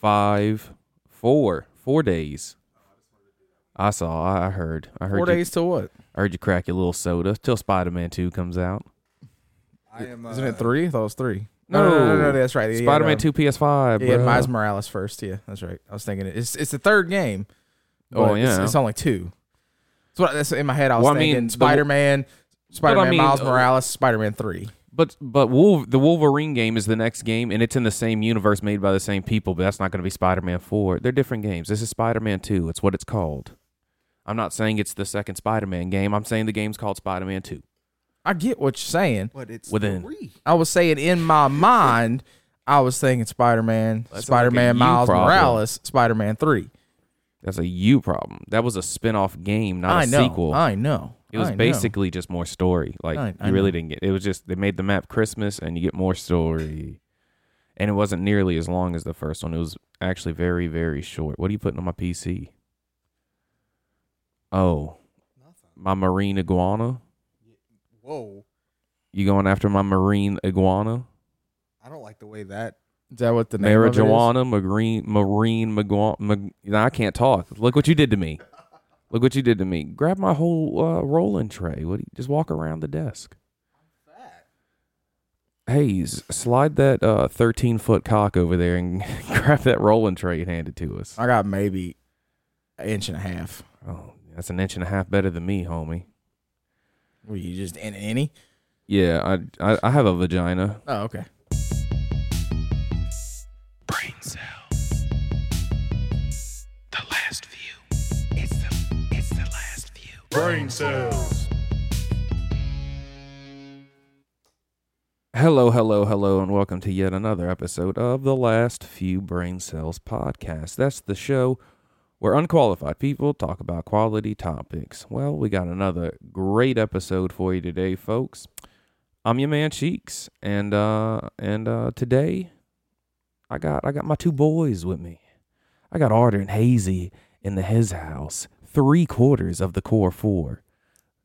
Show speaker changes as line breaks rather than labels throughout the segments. five, four, four days. I saw. I I heard. I heard.
Four
you,
days to what?
I heard you crack your little soda till Spider Man Two comes out.
I am.
Isn't
uh,
it three? I thought it was three.
No.
no, no, no, no, that's right. Yeah,
Spider Man
no.
Two PS Five.
Yeah, Miles Morales first. Yeah, that's right. I was thinking it. it's it's the third game.
Oh,
but it's,
yeah.
it's only two. That's what that's in my head. I was
Well, I mean,
thinking
the-
Spider Man, Spider Man,
mean,
Miles
uh,
Morales, Spider Man three.
But but Wolf, the Wolverine game is the next game, and it's in the same universe made by the same people. But that's not going to be Spider Man Four. They're different games. This is Spider Man Two. It's what it's called. I'm not saying it's the second Spider Man game. I'm saying the game's called Spider Man Two.
I get what you're saying.
But it's
Within.
three.
I was saying in my mind, I was thinking Spider Man,
sounds
Spider Man,
like a you
Miles
problem.
Morales, Spider Man three.
That's a you problem. That was a spin off game, not
I
a
know.
sequel.
I know.
it was
I know.
basically just more story. Like
I- I
you really didn't get. It was just they made the map Christmas, and you get more story. And it wasn't nearly as long as the first one. It was actually very very short. What are you putting on my PC? Oh, my marine iguana.
Whoa.
You going after my marine iguana?
I don't like the way that.
Is that what the name of it is?
Marijuana, marine, marine, magua- mag- Nah, I can't talk. Look what you did to me. Look what you did to me. Grab my whole uh, rolling tray. What? do you- just walk around the desk. Hey, s- slide that uh, thirteen foot cock over there and grab that rolling tray and hand it to us.
I got maybe an inch and a half.
Oh, that's an inch and a half better than me, homie.
Were you just in any?
Yeah, I I, I have a vagina.
Oh, okay.
Brain cell. The last view. It's the it's the last view.
Hello, hello, hello, and welcome to yet another episode of the Last Few Brain Cells podcast. That's the show where unqualified people talk about quality topics. Well, we got another great episode for you today, folks. I'm your man Cheeks, and uh, and uh, today I got I got my two boys with me. I got Arter and Hazy in the his house. Three quarters of the core four,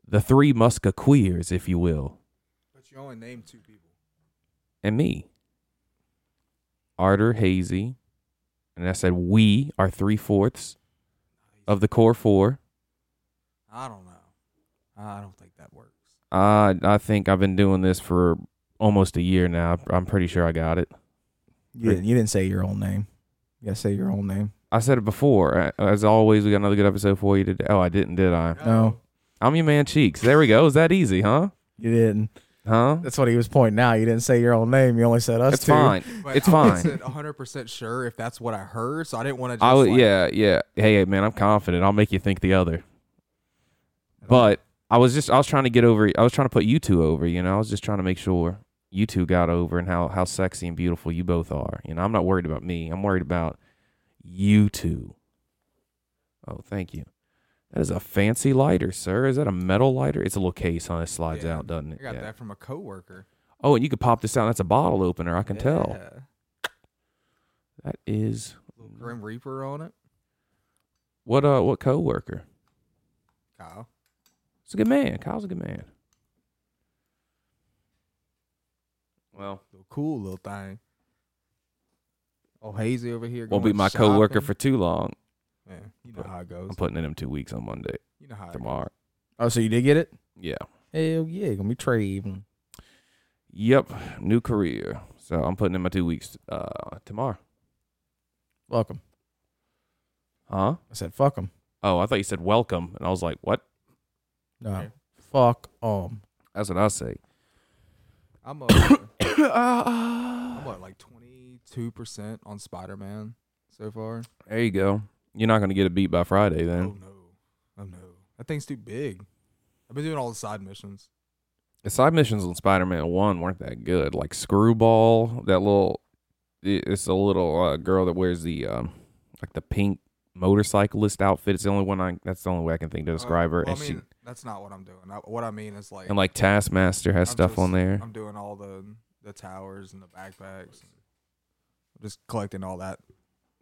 the three Muska queers, if you will
But you only named two people.
and me. Arter Hazy, and I said we are three fourths of the core four.
I don't know. I don't think that works.
I I think I've been doing this for almost a year now. I'm pretty sure I got it.
You didn't, you didn't say your own name. You gotta say your own name.
I said it before. As always, we got another good episode for you today. Oh, I didn't, did I?
No,
I'm your man, Cheeks. There we go. Is that easy, huh?
you didn't.
Huh?
That's what he was pointing out. You didn't say your own name. You only said us
It's
two.
fine.
But
It's
I
fine.
wasn't 100% sure if that's what I heard, so I didn't want to just.
I would,
like,
yeah, yeah. Hey, man, I'm confident. I'll make you think the other. But I was just, I was trying to get over. I was trying to put you two over. You know, I was just trying to make sure you two got over and how how sexy and beautiful you both are. You know, I'm not worried about me. I'm worried about you two. Oh, thank you. That is a fancy lighter, sir. Is that a metal lighter? It's a little case on it slides
Yeah,
out, doesn't it?
I got
Yeah.
that from a coworker.
Oh, and you could pop this out. That's a bottle opener. I can tell.
Yeah.
That is
Little Grim Reaper on it.
what uh what coworker?
Kyle.
It's a good man. Kyle's a good man. Well,
Little cool little thing. Oh, Hazy over here.
won't be
going
my coworker
shopping.
for too long.
Yeah, you know how it goes.
I'm putting in him two weeks on Monday
You know how it goes.
tomorrow.
Oh, so you did get it?
Yeah.
Hell yeah, gonna be trading.
Yep. New career. So I'm putting in my two weeks uh, tomorrow.
Welcome.
Huh?
I said fuck them.
Oh, I thought you said welcome, and I was like, what?
No,
Okay.
fuck them.
That's what I say.
I'm uh, I'm
there
what like 22 percent on Spider Man so far.
you go. You're not gonna get a beat by Friday
Oh
then.
no, oh no, that thing's too big. I've been doing all the side missions.
The side missions in Spider-Man One weren't that good. Like Screwball, that little, i- it's a little uh, girl that wears the um, like the pink motorcyclist outfit. It's the only one I. That's the only way Uh, I can think to describe her.
Well,
and
I
she
mean, that's not what I'm doing. I, what I mean is like
and like Taskmaster has
I'm
stuff
just-
on there.
I'm doing all the the towers and the backpacks, and just collecting all that.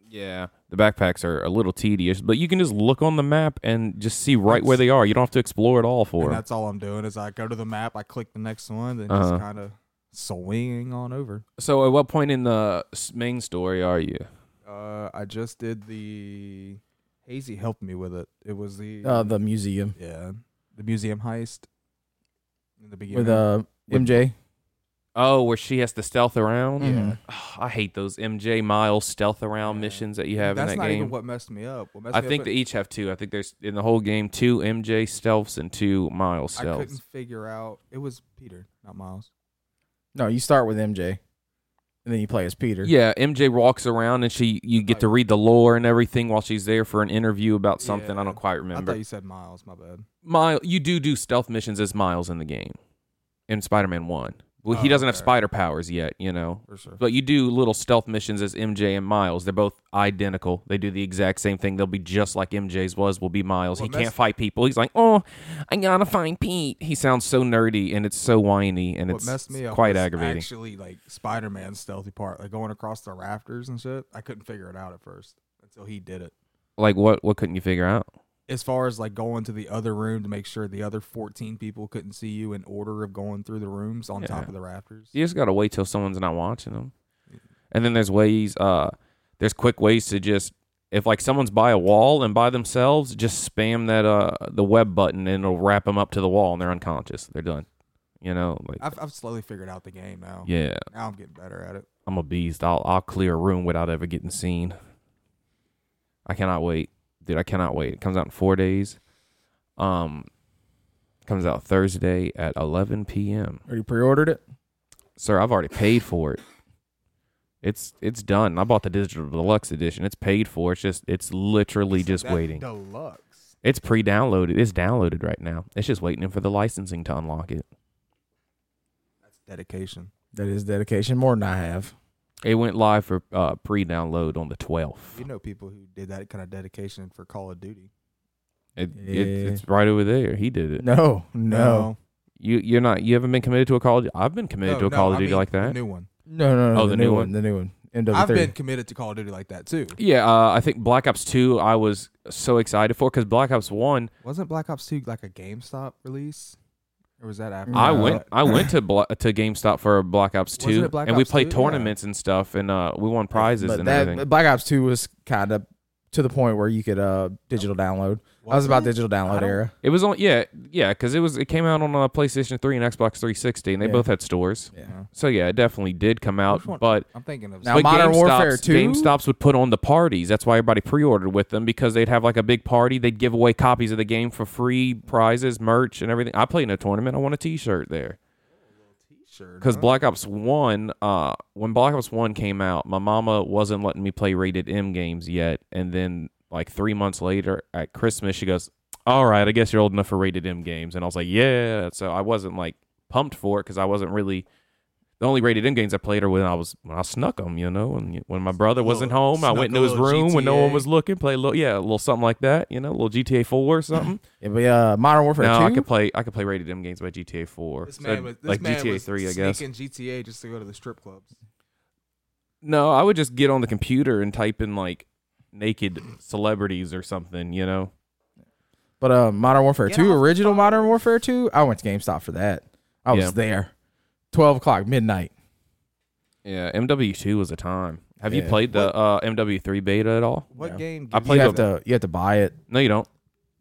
yeah, the backpacks are a little tedious, but you can just look on the map and just see right where
That's-
they are. You don't have to explore at all for
And
'em.
that's all I'm doing is I go to the map, I click the next one, then
Uh-huh.
just kind of swinging on over.
So, at what point in the s- main story are you?
Uh, I just did the. Hazy helped me with it. It was the.
Uh, the museum
yeah, the museum heist. In the beginning.
with uh
With-
MJ.
Oh, where she has to stealth around.
Mhm.
Ugh, I hate those MJ Miles stealth around
Yeah.
missions that you have
That's
in that
not
game.
even what messed me up. What messed
I
me
think E
up
they each have two. I think there's in the whole game two MJ stealths and two Miles
I couldn't
stealths.
figure out. It was Peter, not Miles.
No, you start with MJ, and then you play as Peter.
Yeah, MJ walks around and she you get to read the lore and everything while she's there for an interview about something. I
Yeah.
don't quite
I
remember.
thought you said Miles. My bad.
Mile, you do do stealth missions as Miles in the game, in Spider-Man One. Well, he
Oh,
doesn't have
okay.
spider powers yet, you know.
For sure.
But you do little stealth missions as MJ and Miles. They're both identical. They do the exact same thing. They'll be just like MJ's was. Will be Miles.
Well,
he
that's-
can't fight people. He's like, oh, I gotta find Pete. He sounds so nerdy and it's so whiny and
what
it's
messed me up
quite
was
aggravating.
Actually, like Spider Man's stealthy part, like going across the rafters and shit. I couldn't figure it out at first until he did it.
Like what? What couldn't you figure out?
As far as like going to the other room to make sure the other fourteen people couldn't see you in order of going through the rooms on
Yeah.
top of the rafters.
You just gotta wait till someone's not watching them. And then there's ways. Uh, there's quick ways to just if like someone's by a wall and by themselves, just spam that uh the web button and it'll wrap them up to the wall and they're unconscious. They're done. You know, like
I've, I've slowly figured out the game now.
yeah.
Now I'm getting better at it.
I'm a beast. I'll I'll clear a room without ever getting seen. I cannot wait, dude. I cannot wait. It comes out in four days. Um, comes out Thursday at 11 p.m.
Or you pre-ordered it.
Sir, I've already paid for it. It's it's done. I bought the digital deluxe edition. It's paid for. It's just it's literally just
That
waiting.
Deluxe.
It's pre-downloaded. It's downloaded right now. It's just waiting for the licensing to unlock it.
That's dedication.
That is dedication, more than I have.
It went live for uh, pre-download on the 12th.
You know people who did that kind of dedication for Call of Duty.
It, it,
Yeah.
it's right over there. He did it.
No, no,
You you're not you haven't been committed to a Call of Duty. I've been committed
No,
to a
no,
Call of
I
Duty
mean
like
the
that.
new one.
no, no, no.
Oh, the new one.
the new one. MW3.
I've been committed to Call of Duty like that too.
Yeah, uh, I think Black Ops Two. I was so excited for because Black Ops One.
Wasn't Black Ops 2 like a GameStop release? Or was that after?
I
No.
went I went to Bla- to GameStop for Black Ops
Wasn't
Two,
it Black
and we
Ops
played
2? Yeah.
tournaments and stuff, and uh, we won prizes
But
and
that
everything.
Black Ops Two was kind of to the point where you could uh digital download. I was about digital
I
download
don't-
era.
It was on yeah yeah because it was it came out on uh, PlayStation Three and Xbox 360, and they
Yeah.
both had stores.
Yeah.
So yeah, it definitely did come out,
Which one?
but
I'm thinking of
Now- Modern Warfare 2?
GameStops would put on the parties. That's why everybody pre-ordered with them because they'd have like a big party. They'd give away copies of the game for free, prizes, merch, and everything. I played in a tournament. I won a T-shirt there
t-shirt.
because Black Ops One. Uh, when Black Ops One came out, my mama wasn't letting me play rated M games yet, and then like three months later at Christmas, she goes, "All right, I guess you're old enough for rated M games," and I was like, "Yeah." So I wasn't like pumped for it because I wasn't really. The only rated M games I played are when I was when I snuck them, you know, and when my brother wasn't
Little-
home, I
snuck
went
a
into his
little
room when no one
GTA.
was looking, play a little, yeah, a little something like that, you know, a little GTA Four or something.
Yeah, but uh, Modern Warfare
no,
Two.
I could play, I could play rated M games by GTA Four,
This
So,
man was, this
like
man
GTA
was
Three, I guess.
Sneaking GTA just to go to the strip clubs.
No, I would just get on the computer and type in like naked celebrities or something, you know.
But uh, Modern Warfare
Get
Two,
off
original Modern Warfare Two. I went to GameStop for that. I was
Yeah.
there, twelve o'clock midnight.
Yeah, MW2 was a time. Have you
Yeah.
played the uh, MW3 beta at all?
What
No.
game?
I
gives
played
you
you
have to you have to buy it.
No, you don't.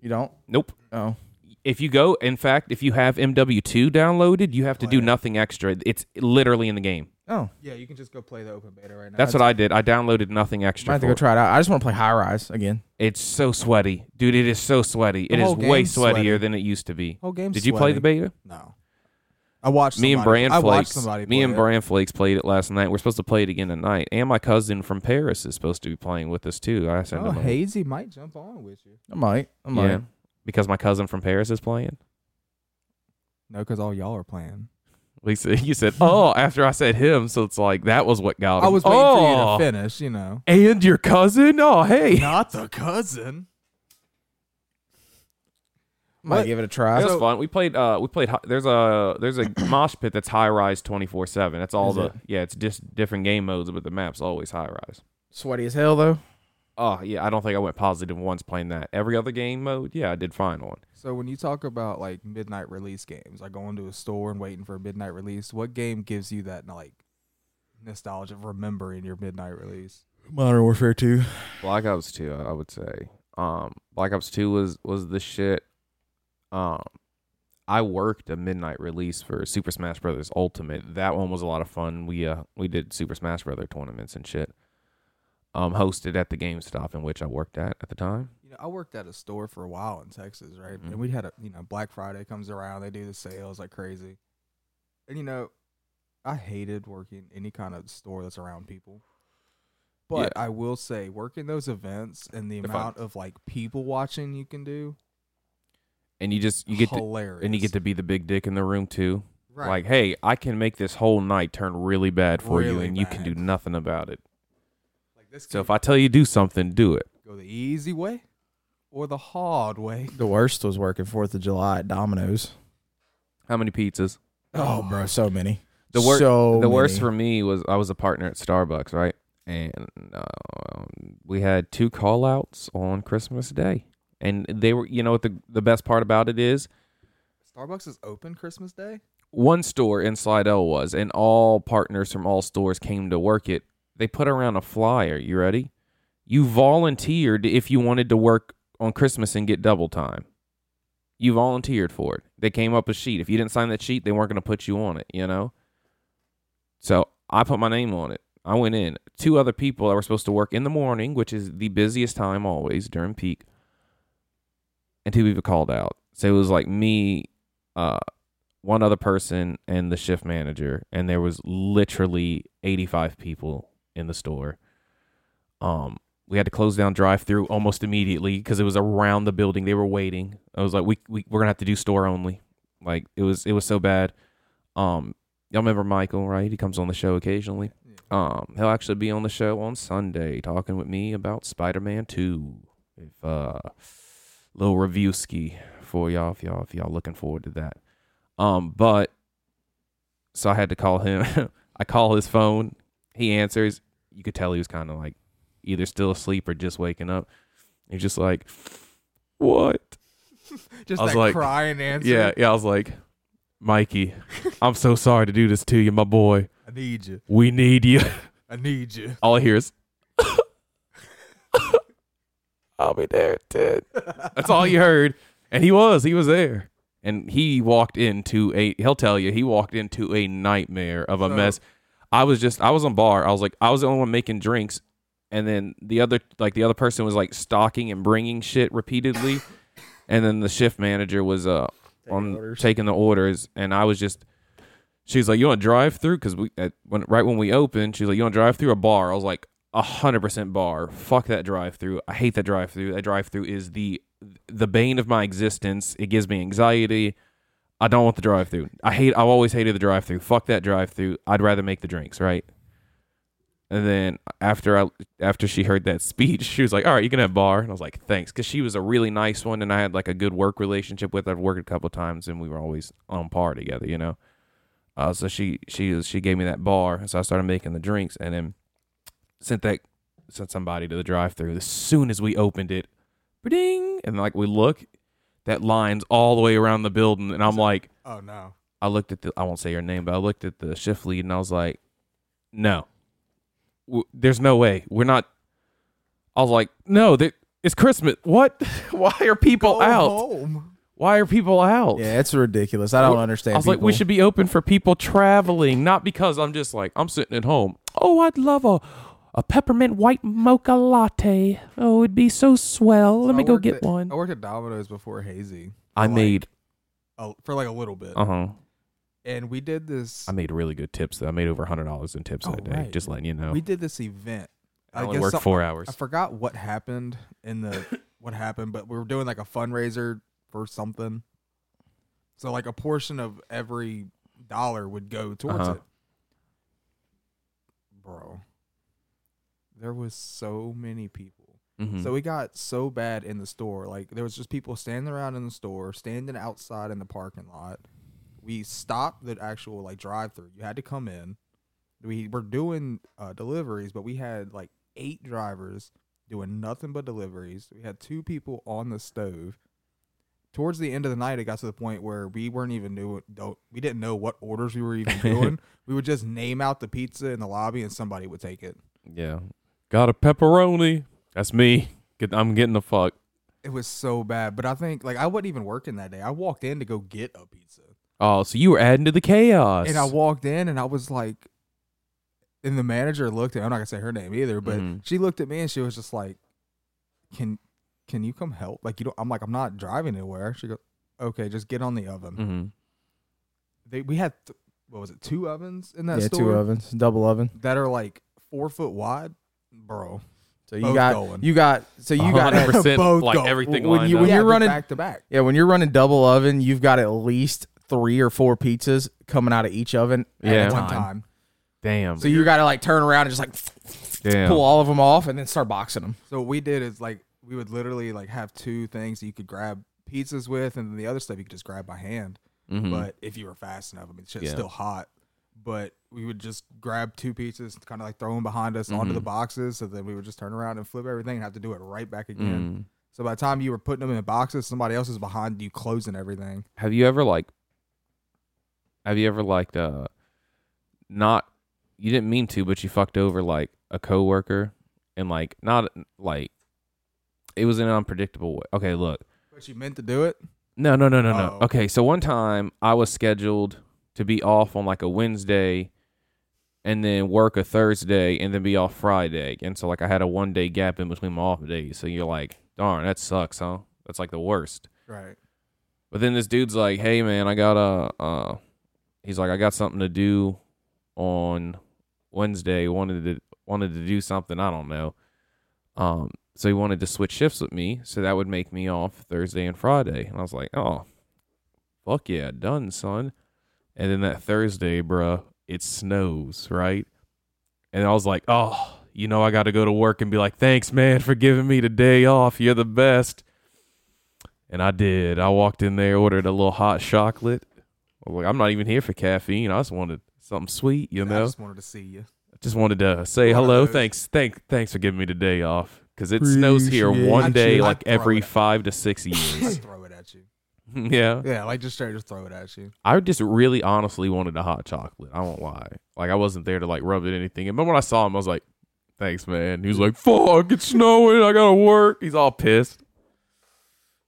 You don't.
Nope.
Oh,
If you go, in fact, if you have MW2 downloaded, you have to do
Play it.
nothing extra. It's literally in the game.
oh.
Yeah, you can just go play the open beta right now.
That's what I did. I downloaded nothing
Might
extra.
have to
for
go
it.
try it out. I just want to play High Rise again.
it's so sweaty, dude. It is so sweaty.
The
it is
whole
way
game's
sweatier
sweaty.
than it used to be.
whole game.
Did you play the beta?
No. I watched
me and
somebody-
Brand
I watched
Flakes.
somebody
Me
play
and
it.
Brand Flakes played it last night. We're supposed to play it again tonight. And my cousin from Paris is supposed to be playing with us too. I sent
Oh,
him. a-
Hazy might jump on with you.
I might. I might.
yeah, because my cousin from Paris is playing.
No, because all y'all are playing.
We said you said oh after I said him, so it's like that was what got.
I
him.
was waiting
oh,
for you to finish, you know.
And your cousin? Oh hey,
Not the cousin.
Might
What?
give it a
that
try.
was
So-
fun. We played. Uh, we played. hi- There's a there's a mosh pit that's high rise twenty four seven. That's all
Is
the
it?
yeah. It's just different game modes, but the map's always high rise.
Sweaty as hell though.
Oh yeah, I don't think I went positive once playing that. Every other game mode, yeah, I did fine on.
So when you talk about like midnight release games, like going to a store and waiting for a midnight release, what game gives you that like nostalgia of remembering your midnight release?
Modern Warfare Two.
Black Ops Two, I I would say. Um, Black Ops Two was was the shit. Um, I worked a midnight release for Super Smash Brothers Ultimate. That one was a lot of fun. We uh we did Super Smash Brother tournaments and shit. Um, hosted at the GameStop in which I worked at at the time.
You know, I worked at a store for a while in Texas, right?
Mhm.
And we had a you know Black Friday comes around, they do the sales like crazy, and you know, I hated working any kind of store that's around people. But I will say, working those events and the
They're fun.
amount of like people watching you can do,
And you just you get to,
hilarious.
and you get to be the big dick in the room too.
right.
Like, hey, I can make this whole night turn really bad for you,
Really
and you can do
bad.
nothing about it.
Like, this
So
can
if I tell you do something, do it.
go the easy way or the hard way.
The worst was working Fourth of July at Domino's.
How many pizzas?
Oh, bro, so many.
The wor-
so
the worst
many.
for me was I was a partner at Starbucks, right? And um, we had two call outs on Christmas Day. And they were, you know what the, the best part about it is?
Starbucks is open Christmas Day.
One store in Slidell was, and all partners from all stores came to work it. They put around a flyer. You ready? You volunteered if you wanted to work on Christmas and get double time. You volunteered for it. They came up a sheet. If you didn't sign that sheet, they weren't going to put you on it, you know? So I put my name on it. I went in. Two other people that were supposed to work in the morning, which is the busiest time always during peak, and two people called out. So it was like me, uh, one other person, and the shift manager, and there was literally 85 people in the store. Um, we had to close down drive through almost immediately because it was around the building. They were waiting. I was like, we, we we're gonna have to do store only. Like it was it was so bad. Um, y'all remember Michael, right? He comes on the show occasionally. Um, he'll actually be on the show on Sunday talking with me about Spider Man Two. If uh, little review ski for y'all, if y'all if y'all looking forward to that. Um, but so I had to call him. I call his phone. He answers. You could tell he was kind of like either still asleep or just waking up. He's just like, what?
Just
I was
that
like,
crying answer.
Yeah, yeah. I was like, Mikey, I'm so sorry to do this to you, my boy.
I need you.
We need you.
I need you.
All I hear is, I'll be there at 10. That's all you heard. And he was, he was there. And he walked into a, he'll tell you, he walked into a nightmare of a
So-
mess. I was just, I was on bar. I was like, I was the only one making drinks. And then the other, like the other person was like stocking and bringing shit repeatedly. and then the shift manager was uh, on
orders.
taking the orders. And I was just, She's like, "You want to drive through?" Because we at, when right when we opened, she's like, "You want to drive through a bar?" I was like, "A hundred percent bar. Fuck that drive through. I hate that drive through. That drive through is the the bane of my existence. It gives me anxiety. I don't want the drive through. I hate. I've always hated the drive through. Fuck that drive through. I'd rather make the drinks right." And then after I after she heard that speech, she was like, "All right, you can have bar." And I was like, "Thanks," because she was a really nice one, and I had like a good work relationship with. her. I've worked a couple times, and we were always on par together, you know. Uh, so she she she gave me that bar, and so I started making the drinks, and then sent that sent somebody to the drive-through. As soon as we opened it, ding, and like we look, that line's all the way around the building, and I'm like,
Oh no.
I looked at the I won't say her name, but I looked at the shift lead and I was like, no, w- there's no way we're not. I was like, no, there, it's Christmas. What? Why are people out?
Oh, home.
Why are people out?
Yeah, it's ridiculous. I don't
Well,
understand.
I was like, we
people.
should be open for people traveling, not because I'm just like I'm sitting at home. Oh, I'd love a a peppermint white mocha latte. Oh, it'd be so swell. Let
So
me
I
go
worked
get
at-
one.
I worked at Domino's before Hazy.
I
like-
made
uh, for like a little bit,
uh huh.
and we did this.
I made really good tips. Though. I made over hundred dollars in tips
Oh,
that day.
right.
Just letting you know.
We did this event.
I only
guess
worked
some-
four hours.
I forgot what happened in the what happened, but we were doing like a fundraiser for something. So like a portion of every dollar would go towards
Uh-huh.
it. Bro. There was so many people.
Mhm.
So we got so bad in the store. Like there was just people standing around in the store, standing outside in the parking lot. We stopped the actual like drive through. You had to come in. We were doing uh, deliveries, but we had like eight drivers doing nothing but deliveries. We had two people on the stove. Towards the end of the night, it got to the point where we weren't even doing. Don't, we didn't know what orders we were even doing. we would just name out the pizza in the lobby, and somebody would take it.
yeah, Got a pepperoni. That's me. Get, I'm getting the fuck.
It was so bad. But I think like I wasn't even working that day. I walked in to go get a pizza.
Oh, so you were adding to the chaos.
And I walked in and I was like and the manager looked at I'm not gonna say her name either, but
Mhm.
she looked at me and she was just like, Can can you come help? Like you don't I'm like, I'm not driving anywhere. She goes, Okay, just get on the
Mhm.
oven. They we had th- what was it, two ovens in that
yeah,
store
two ovens, double oven.
that are like four foot wide, bro.
So you
Both
got
going.
you got so
Oh,
you got
100%
both
like
go-
everything
when
lined
you-
up.
when
Yeah,
you're
they're
running-
back to back.
yeah when you're running double oven, you've got at least three or four pizzas coming out of each oven
Yeah.
at a
One
time.
time.
Damn.
So you got to like turn around and just like
Damn.
pull all of them off and then start boxing them.
So what we did is like we would literally like have two things that you could grab pizzas with, and then the other stuff you could just grab by hand.
Mhm.
But if you were fast enough, I mean, shit's
Yeah.
still hot. But we would just grab two pizzas, kind of like throw them behind us onto the
Mm-hmm.
boxes, so then we would just turn around and flip everything and have to do it right back again.
Mm.
So by the time you were putting them in boxes, somebody else is behind you closing everything.
Have you ever like have you ever like uh not you didn't mean to, but you fucked over like a coworker and like not like it was in an unpredictable way. Okay, look.
But you meant to do it.
No, no, no, no, no.
Oh.
Okay, so one time I was scheduled to be off on like a Wednesday and then work a Thursday and then be off Friday. And so like I had a one day gap in between my off days. So you're like, darn, that sucks, huh? That's like the worst.
Right.
But then this dude's like, "Hey man, I got a uh he's like, I got something to do on Wednesday. Wanted to wanted to do something, I don't know." Um so he wanted to switch shifts with me, so that would make me off Thursday and Friday. And I was like, "Oh, fuck yeah, done, son." And then that Thursday, bruh, it snows, right? And I was like, "Oh, you know, I got to go to work and be like, "Thanks, man, for giving me the day off. You're the best." And I did. I walked in there, ordered a little hot chocolate. I was like, I'm not even here for caffeine. I just wanted something sweet, you
I
know.
just wanted to see you.
I just wanted to say
One of
hello.
those.
Thanks, thank, thanks for giving me the day off. Cause it snows here
Appreciate
one day,
you.
like
I'd throw
every
it.
five to six
I'd
years.
throw it at you.
yeah,
Yeah, like just straight, just throw it at you.
I just really, honestly wanted a hot chocolate. I won't lie. Like I wasn't there to like rub it anything. And when I saw him, I was like, "Thanks, man." He was like, "Fuck, it's snowing. I gotta work." He's all pissed.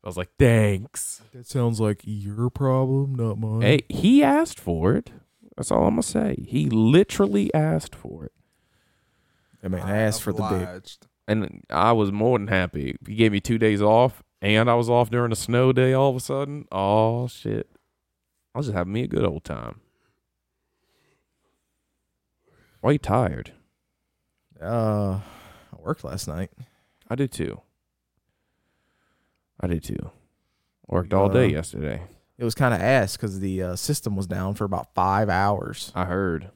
I was like, "Thanks."
That sounds like your problem, not mine.
Hey, he asked for it. That's all I'm gonna say. He literally asked for it,
I mean, I asked for the dick.
Obliged.
and I was more than happy. He gave me two days off, and I was off during a snow day. All of a sudden, oh shit! I was just having me a good old time. Why you tired?
Uh, I worked last night.
I did too. I did too. Worked all day
Uh,
yesterday.
It was kind of ass because the uh, system was down for about five hours.
I heard.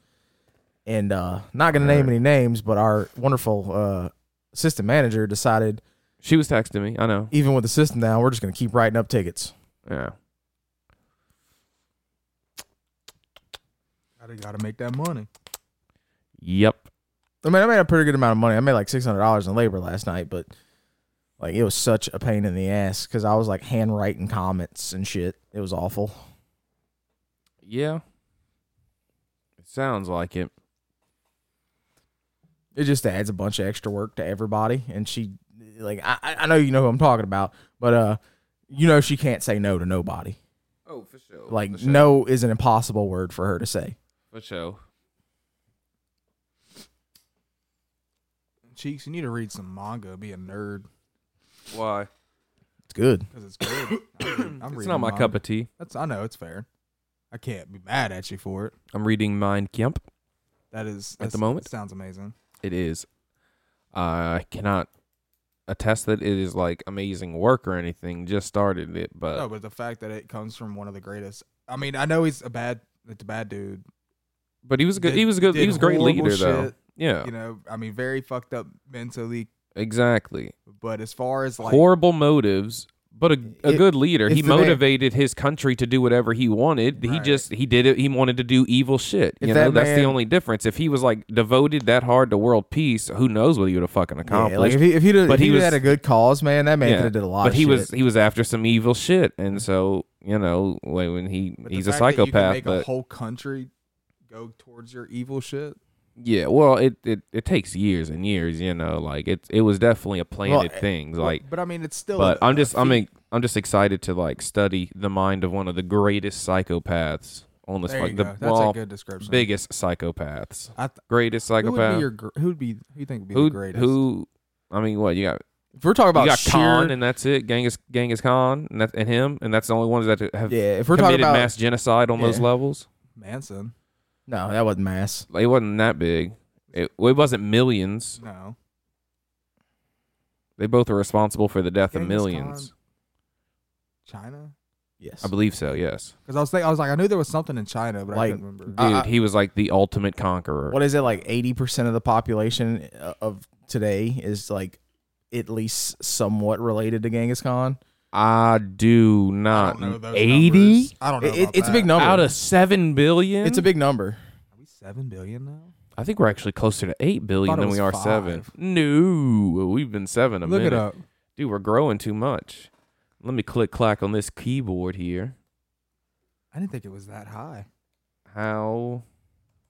and uh, not going to name
Alright.
any names, but our wonderful uh, system manager decided,
She was texting me. I know.
even with the system down, we're just going to keep writing up tickets.
Yeah.
Gotta, gotta make that money.
Yep.
I mean, I made a pretty good amount of money. I made like six hundred dollars in labor last night, but like it was such a pain in the ass because I was like handwriting comments and shit. It was awful.
Yeah. It sounds like it.
It just adds a bunch of extra work to everybody. And she, like, I, I I know you know who I'm talking about, but uh, you know she can't say no to nobody.
Oh, for sure.
Like, no is an impossible word for her to say.
For sure.
Cheeks, you need to read some manga, be a nerd,
Why?
It's good.
because it's good. I'm, read- I'm
It's
reading
not my
manga.
cup of tea.
That's I know it's fair. I can't be mad at you for it.
I'm reading Mind Kemp.
That is
At the
that's-
moment?
sounds amazing.
It is. I cannot attest that it is like amazing work or anything. Just started it, but
no, but the fact that it comes from one of the greatest. I mean, I know he's a bad, it's a bad dude.
but he was a good.
Did-
he was a good. He
did
was a great
horrible
leader, though.
shit,
Yeah,
You know, I mean, very fucked up mentally.
exactly.
But as far as like,
Horrible motives, but a, a
It-
good leader. He
it's the man.
motivated his country to do whatever he wanted. He
Right.
just he did it. He wanted to do evil shit.
If
You know,
that
that's the
man-
only difference. If he was like devoted that hard to world peace, who knows what he would have fucking accomplished?
Yeah, like if he if he'd have-
But
if
he
he'd
was-
had a good cause, man, that man
Yeah,
could have did a lot.
but
of
he
shit.
was he was after some evil shit, and so you know when when he
but the
he's a
fact that you can
psychopath,
make a
but
whole country go towards your evil shit.
Yeah, well, it, it, it takes years and years, you know. Like it it was definitely a planted
eh,
thing. Like,
but I mean, it's still.
but uh,
a-
I'm
a
just I'm
feat.
in, I'm just excited to like study the mind of one of the greatest psychopaths on this
There you
planet.
go.
The
That's
well,
a good description.
biggest psychopaths,
I th-
greatest
who would
psychopath.
be your gr- who'd be who you think would be
who
the greatest?
who? I mean, what you got?
If we're talking about
you got
sheer,
Khan, and that's it. Genghis Genghis Khan, and that and him, and that's the only ones that have
yeah, if we're talking
committed
about
mass genocide on those
Yeah.
levels.
Manson?
no, that wasn't mass.
Like, It wasn't that big. It, well, it wasn't millions.
No.
They both are responsible for the death of
Genghis
millions.
Khan, China.
Yes,
I believe so. Yes,
Because I was thinking, I was like, I knew there was something in China, but I
Like,
couldn't remember.
dude,
I-
he was like the ultimate conqueror.
what is it like? Eighty percent of the population uh, of today is like at least somewhat related to Genghis Khan.
I do
I
not
don't know those
eighty
numbers. I don't know.
It- it-
about
it's a big
that.
number.
out of seven billion.
it's a big number.
Are we seven billion now?
I think we're actually closer to eight billion
Thought it
than we
was
are
five.
seven. No, we've been seven a
Look
minute.
it up.
Dude, we're growing too much. Let me click clack on this keyboard here.
I didn't think it was that high.
How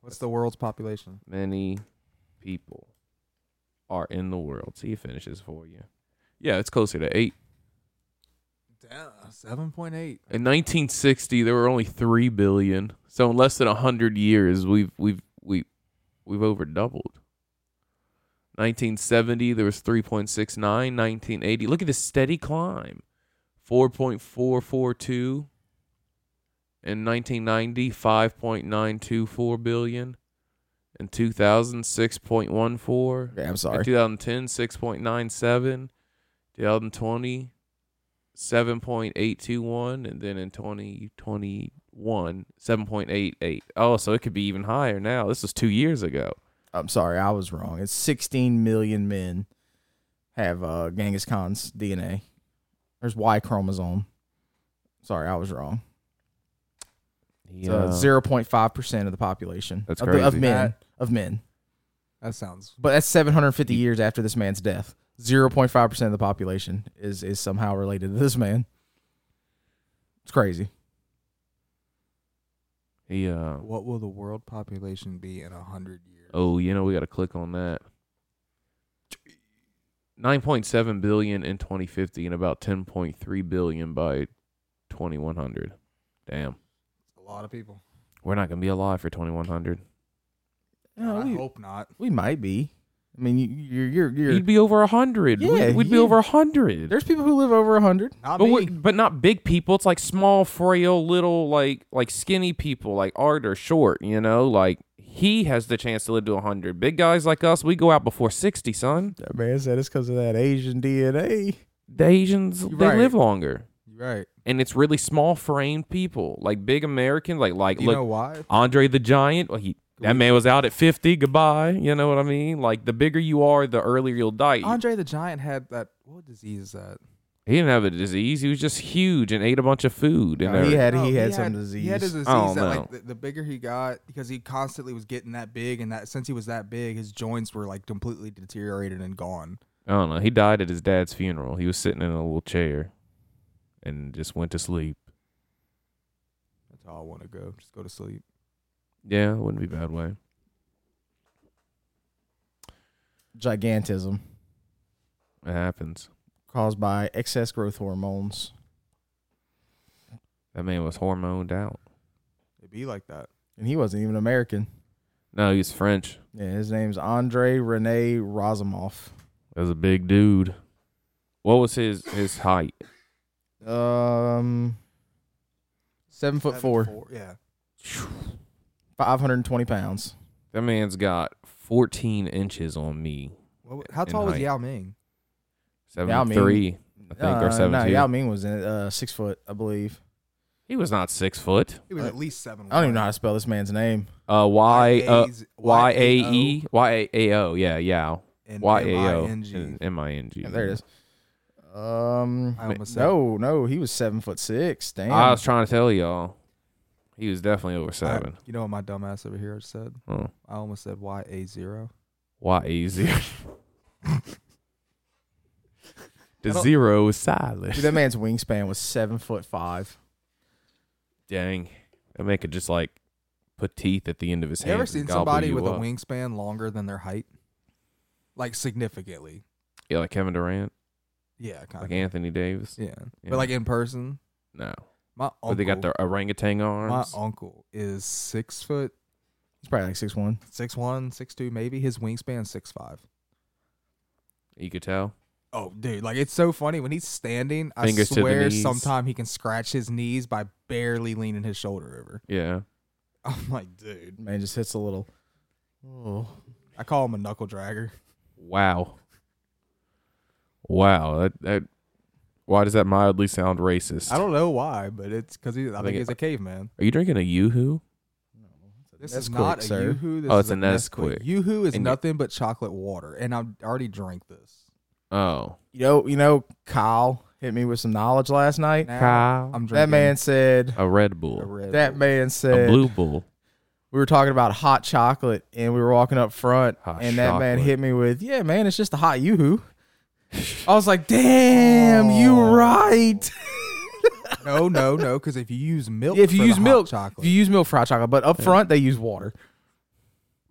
What's the world's population?
many people are in the world? See, it finishes for you. Yeah, it's closer to eight.
Damn, seven point eight.
In 1960, there were only three billion. So in less than hundred years, we've we've we we've over doubled. 1970, there was 3.69. 1980, look at this steady climb, 4.442. In 1990, 5.924 billion. In 2000, 6.14.
Okay, I'm
In
sorry.
2010, 6.97. 2020, 7.821. And then in 2021, 7.88. Oh, so it could be even higher now. This was two years ago.
I'm sorry. I was wrong. It's 16 million men have uh, Genghis Khan's DNA. There's Y chromosome. Sorry, I was wrong. uh,
Yeah.
Zero point five percent of the population.
That's
of, the- of
crazy.
men.
That-
of men.
That sounds.
But that's 750 years after this man's death. Zero point five percent of the population is is somehow related to this man. It's crazy.
He, uh,
What will the world population be in a hundred years?
oh, you know, we got to click on that. 9.7 billion in 2050 and about 10.3 billion by 2100. Damn.
A lot of people.
We're not going to be alive for 2100.
No,
I
we,
hope not.
we might be. I mean, you, you're you're you're.
You'd be over 100.
Yeah,
we'd we'd be
yeah.
over 100.
there's people who live over hundred.
Not
but
me.
we- but not big people. It's like small, frail, little, like like skinny people, like Art or Short. You know, like he has the chance to live to hundred. Big guys like us, we go out before sixty, son.
That man said it's because of that Asian DNA.
The Asians
You're
they
right.
live longer,
You're right.
and it's really small, framed people, like big American, like like
You
look,
know why?
Andre the Giant. Well, he that man was out at fifty. Goodbye. You know what I mean? Like the bigger you are, the earlier you'll die.
Andre the Giant had that. What disease is that?
he didn't have a disease. He was just huge and ate a bunch of food. And
No, he
everything.
had
No,
he had some disease.
He had a disease
Oh,
that, like,
no.
the, the bigger he got, because he constantly was getting that big, and that since he was that big, his joints were like completely deteriorated and gone.
I don't know. He died at his dad's funeral. He was sitting in a little chair and just went to sleep.
That's how I want to go. Just go to sleep.
Yeah, it wouldn't be a bad way.
gigantism
It happens.
caused by excess growth hormones.
That man was hormoned out.
It'd be like that.
And he wasn't even American.
No, he was French.
Yeah, his name's Andre Rene Razumov.
That was a big dude. What was his his height?
Um, seven foot
Seven,
four,
Yeah.
five hundred and twenty pounds.
That man's got 14 inches on me.
What, how
In
tall was
height.
Yao Ming?
Yao Ming.
73, I think, or
Uh, no,
72.
Yao Ming was in, uh, six foot, I believe.
he was not six foot.
He was
Uh,
at least seven.
I don't even know how to spell this man's name.
Uh, y, uh, y A
Y-A-O,
E Y A O. Yeah, Yao.
and
Y A E O.
M-I-N-G.
and M I N G.
Yeah, there it is. Um,
I almost said-
no, no, he was seven foot six. Damn,
I was trying to tell y'all. He was definitely over
I-
seven.
you know what my dumbass over here said?
Huh.
I almost said Y A zero.
Why easy?
I
the
don't-
zero is silent.
Dude, that man's wingspan was seven foot five.
Dang. That man could just like put teeth at the end of his
You
hand.
ever
and
seen
gobble
somebody
you
with
up.
a wingspan longer than their height? Like significantly.
Yeah, like Kevin Durant,
Yeah, kind
like
of.
Anthony Davis.
Yeah.
Yeah.
But like in person,
No,
my uncle
but they got their orangutan
my
arms.
uncle is six foot
He's probably like six one.
six one, six two, maybe his wingspan six five.
you could tell.
Oh, dude! Like it's so funny when he's standing.
Fingers to
I
the
swear,
knees.
sometime he can scratch his knees by barely leaning his shoulder over.
Yeah,
I'm like, dude,
Man just hits a little. Oh,
I call him a knuckle dragger.
Wow. Wow. That that why does that mildly sound racist?
I don't know why, but it's because he. I think,
think it-
he's a caveman.
Are you drinking a yoo-hoo?
This
That's
is not
quick,
a
sir.
yoo-hoo. This
Oh,
is
it's a Nesquik.
Yoo-hoo is
And you-
nothing but chocolate water, and I already drank this.
Oh.
you know, you know, Kyle hit me with some knowledge last night.
Now
Kyle.
I'm drinking.
That man said.
A Red
a
Bull.
Red
That
Bull.
man
A
said.
blue bull.
we were talking about hot chocolate and we were walking up front
Hot
and that man
chocolate.
hit me with, "Yeah, man, it's just a hot yoo-hoo." I was like, "Damn, you
Oh.
right."
No, no, no. Because if you use milk,
if you
for the
use
hot
milk,
chocolate,
if you use milk for hot chocolate, but up front they use water.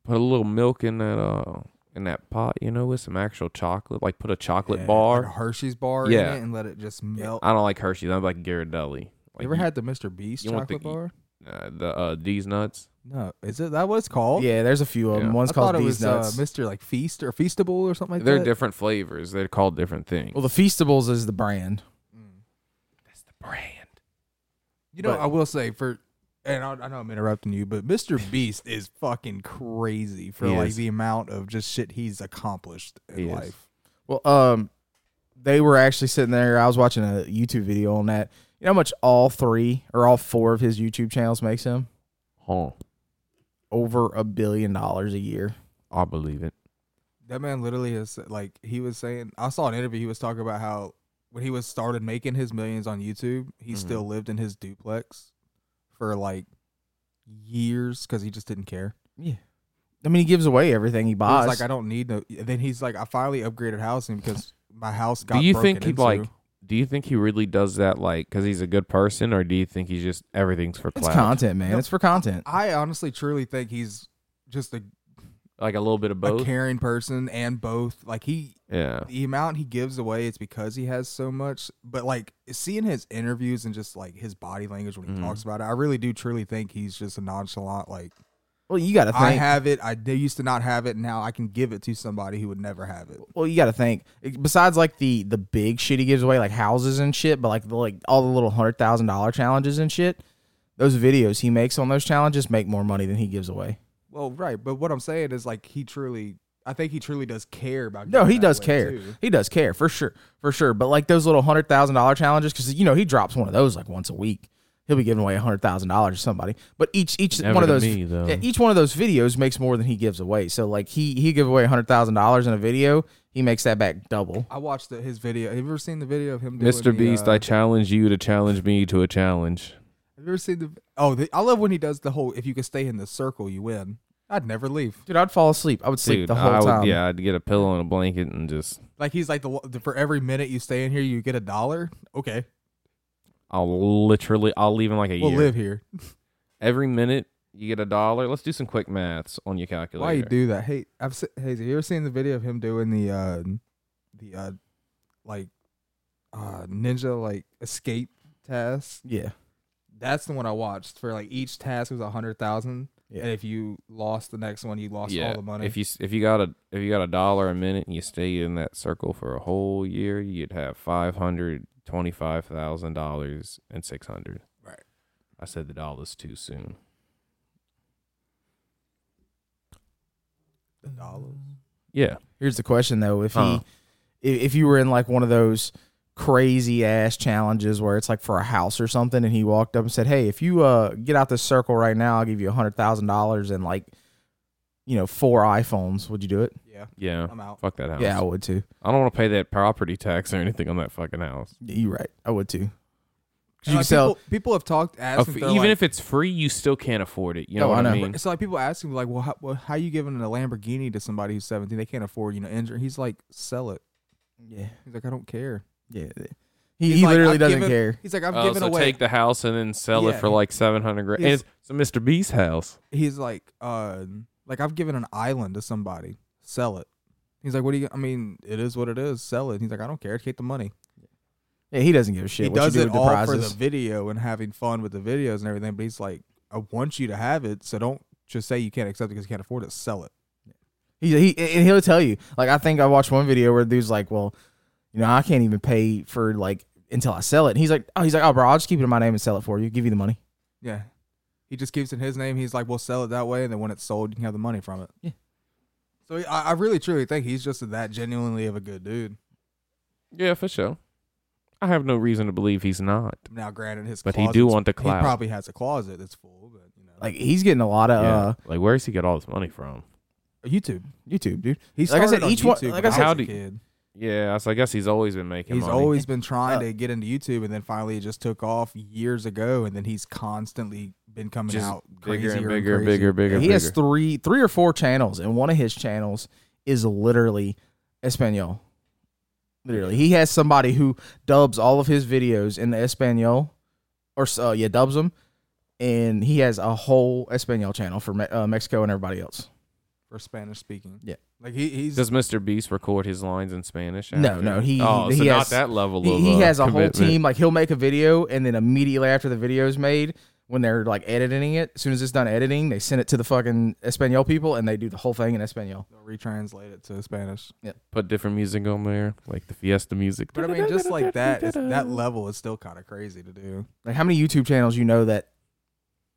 Put a little milk in that uh in that pot, you know, with some actual chocolate. Like put a chocolate
Yeah,
bar.
like a Hershey's bar,
Yeah.
in it and let it just melt.
I don't like Hershey's. I like Ghirardelli. Like
you ever had the Mr. Beast
you want the-
chocolate bar?
uh, the uh, these nuts?
No, is it that what it's called?
Yeah, there's a few of them.
Yeah.
One's
I
called
thought it
these
was
nuts.
Uh, Mr. Like Feast or Feastable or something like
They're
that.
different flavors. They're called different things.
well, the Feastables is the brand.
that's the brand.
Mm. You know,
but-
I will say for, and I, I know I'm interrupting you, but Mr. Beast is fucking crazy for
He
like
is.
the amount of just shit he's accomplished in
He is.
life.
Well, um, they were actually sitting there. I was watching a YouTube video on that. You know how much all three or all four of his YouTube channels makes him
Huh.
over a billion dollars a year.
I believe it.
That man literally is like he was saying. I saw an interview. He was talking about how when he was started making his millions on YouTube, he
Mhm.
still lived in his duplex for like years because he just didn't care.
I mean, he gives away everything he
He was
buys.
like, I don't need no. Then he's like, I finally upgraded housing because my house got.
do you
broken
think he
into.
like do you think he really does that like because he's a good person or do you think he's just everything's for
It's
clout
content, man.
No.
It's for content.
I honestly, truly think he's just a,
like a little bit of
a
both
caring person and both. Like he,
yeah
the amount he gives away, it's because he has so much. But like seeing his interviews and just like his body language when he
Mhm.
talks about it, I really do truly think he's just a nonchalant. Like
Well, you got to think.
I have it. I they used to not have it. Now I can give it to somebody who would never have it.
well, you got to think. It- Besides, like the the big shit he gives away, like houses and shit, but like the, like all the little hundred thousand dollar challenges and shit. Those videos he makes on those challenges make more money than he gives away.
Well, right. But what I'm saying is like he truly. I think he truly does care about.
No,
giving
he
that
does
away,
care.
too.
He does care for sure, for sure. But like those little hundred thousand dollar challenges, because you know he drops one of those like once a week. He'll be giving away hundred thousand dollars to somebody. But each each
Never
one of
to
those
me, though.
yeah, each one of those videos makes more than he gives away. So like he he give away hundred thousand dollars in a video, he makes that back double.
I watched the, his video. Have you ever seen the video of him? Doing
mr
the,
beast
uh,
i challenge you to challenge me to a challenge
Have you ever seen the? Oh, the, I love when he does the whole. If you can stay in the circle, you win. I'd never leave.
Dude, I'd fall asleep. I would sleep
Dude,
the whole
I would,
time.
yeah i'd get a pillow and a blanket and just
Like he's like the, the for every minute you stay in here, you get a dollar. Okay,
i'll literally i'll leave in like a
we'll
year
live here.
every minute you get a dollar let's do some quick maths on your calculator
Why you do that? Hey, I've se- hey, have you ever seen the video of him doing the uh the uh like uh ninja like escape task?
Yeah.
That's the one I watched. For like each task was a hundred thousand,
Yeah.
and if you lost the next one, you lost
yeah
all the money.
if you s- if you got a if you got a dollar a minute and you stay in that circle for a whole year you'd have five hundred twenty five thousand dollars and six hundred
Right.
i said the dollars too soon
the dollars.
yeah
Here's the question though: If
Huh.
he, if, if you were in like one of those crazy ass challenges where it's like for a house or something, and he walked up and said, "Hey, if you uh get out this circle right now, I'll give you a hundred thousand dollars and like, you know, four iPhones," would you do it?
Yeah,
yeah
I'm out.
fuck that house
Yeah, I would too.
i don't want to pay that property tax or anything on that fucking house
Yeah, You're right. I would too. 'Cause you
And, like,
could sell.
people, people have talked asked
If-
me,
Oh, even if it's free you still can't afford it you know
Oh,
what
I
i,
know.
mean
So like people asking me like, well, how, well, how you giving a Lamborghini to somebody who's seventeen? They can't afford, you know, injury. He's like, sell it.
yeah,
He's like, I don't care.
yeah. He,
He's
he
like,
literally
I've
doesn't
given-
care.
He's like, I've
Oh,
given
so
away.
take the house and then sell it
Yeah.
for like seven hundred grand.
Yes.
It's so Mr. B's house.
he's like, uh, like I've given an island to somebody, sell it. He's like, what do you? I mean, it is what it is. Sell it. He's like, I don't care. Take the money.
Yeah, he doesn't give a shit.
he
what you
does
do
it
with the
all for
prizes.
the video and having fun with the videos and everything. But he's like, I want you to have it, so don't just say you can't accept it because you can't afford it. Sell it.
He, he and he'll tell you. Like I think I watched one video where the dude's like, "Well, you know, I can't even pay for like until I sell it." And he's like, "Oh, he's like, oh, bro, I'll just keep it in my name and sell it for you. Give you the money."
Yeah. He just keeps it in his name. He's like, we'll sell it that way, and then when it's sold, you can have the money from it.
Yeah.
So I, I really truly think he's just that genuinely of a good dude.
Yeah, for sure. I have no reason to believe he's not.
Now, granted, his
But he do
closet's-
want the
He
clout.
probably has a closet that's full, but you know,
Like he's getting a lot of uh,
yeah. Like, where's he get all this money from?
YouTube.
YouTube, dude.
He
Like I
started
said,
on
each one-
YouTube
like
when
I
said-
was
How
a
do-
kid.
Yeah, so I guess he's always been making
he's
money.
always been trying
Uh,
to get into YouTube, and then finally it just took off years ago, and then he's constantly been coming
Just
out
bigger
crazier
and bigger and bigger,
crazier.
bigger,
he
bigger.
has three, three or four channels, and one of his channels is literally Espanol. Literally, he has somebody who dubs all of his videos in the Espanol, or uh, yeah, dubs them, and he has a whole Espanol channel for Me- uh, Mexico and everybody else.
for Spanish speaking.
Yeah.
like he, he's
Does Mr. Beast record his lines in Spanish?
No,
after?
no, he-
oh,
he
so
has-
not that level
he,
of.
he
uh,
has a
commitment.
whole team. Like he'll make a video, and then immediately after the video is made, when they're like editing it, as soon as it's done editing, they send it to the fucking Espanol people, and they do the whole thing in Espanol.
they'll retranslate it to Spanish.
Put different music on there, like the Fiesta music.
But I mean, just like that, it's- that level is still kind of crazy to do.
Like how many YouTube channels you know that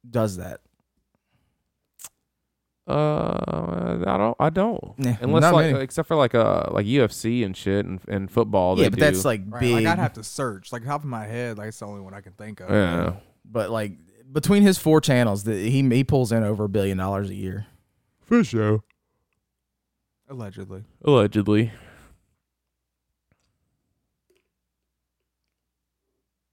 does that?
Uh, I don't. I don't.
Yeah,
Unless
not
like,
many.
except for like uh, like UFC and shit and, and football.
yeah,
they
but
do.
that's like
Right?
big.
Like I'd have to search, like top of my head, like it's the only one I can think of.
yeah.
but like between his four channels, that he he pulls in over a billion dollars a year.
For sure.
allegedly.
Allegedly.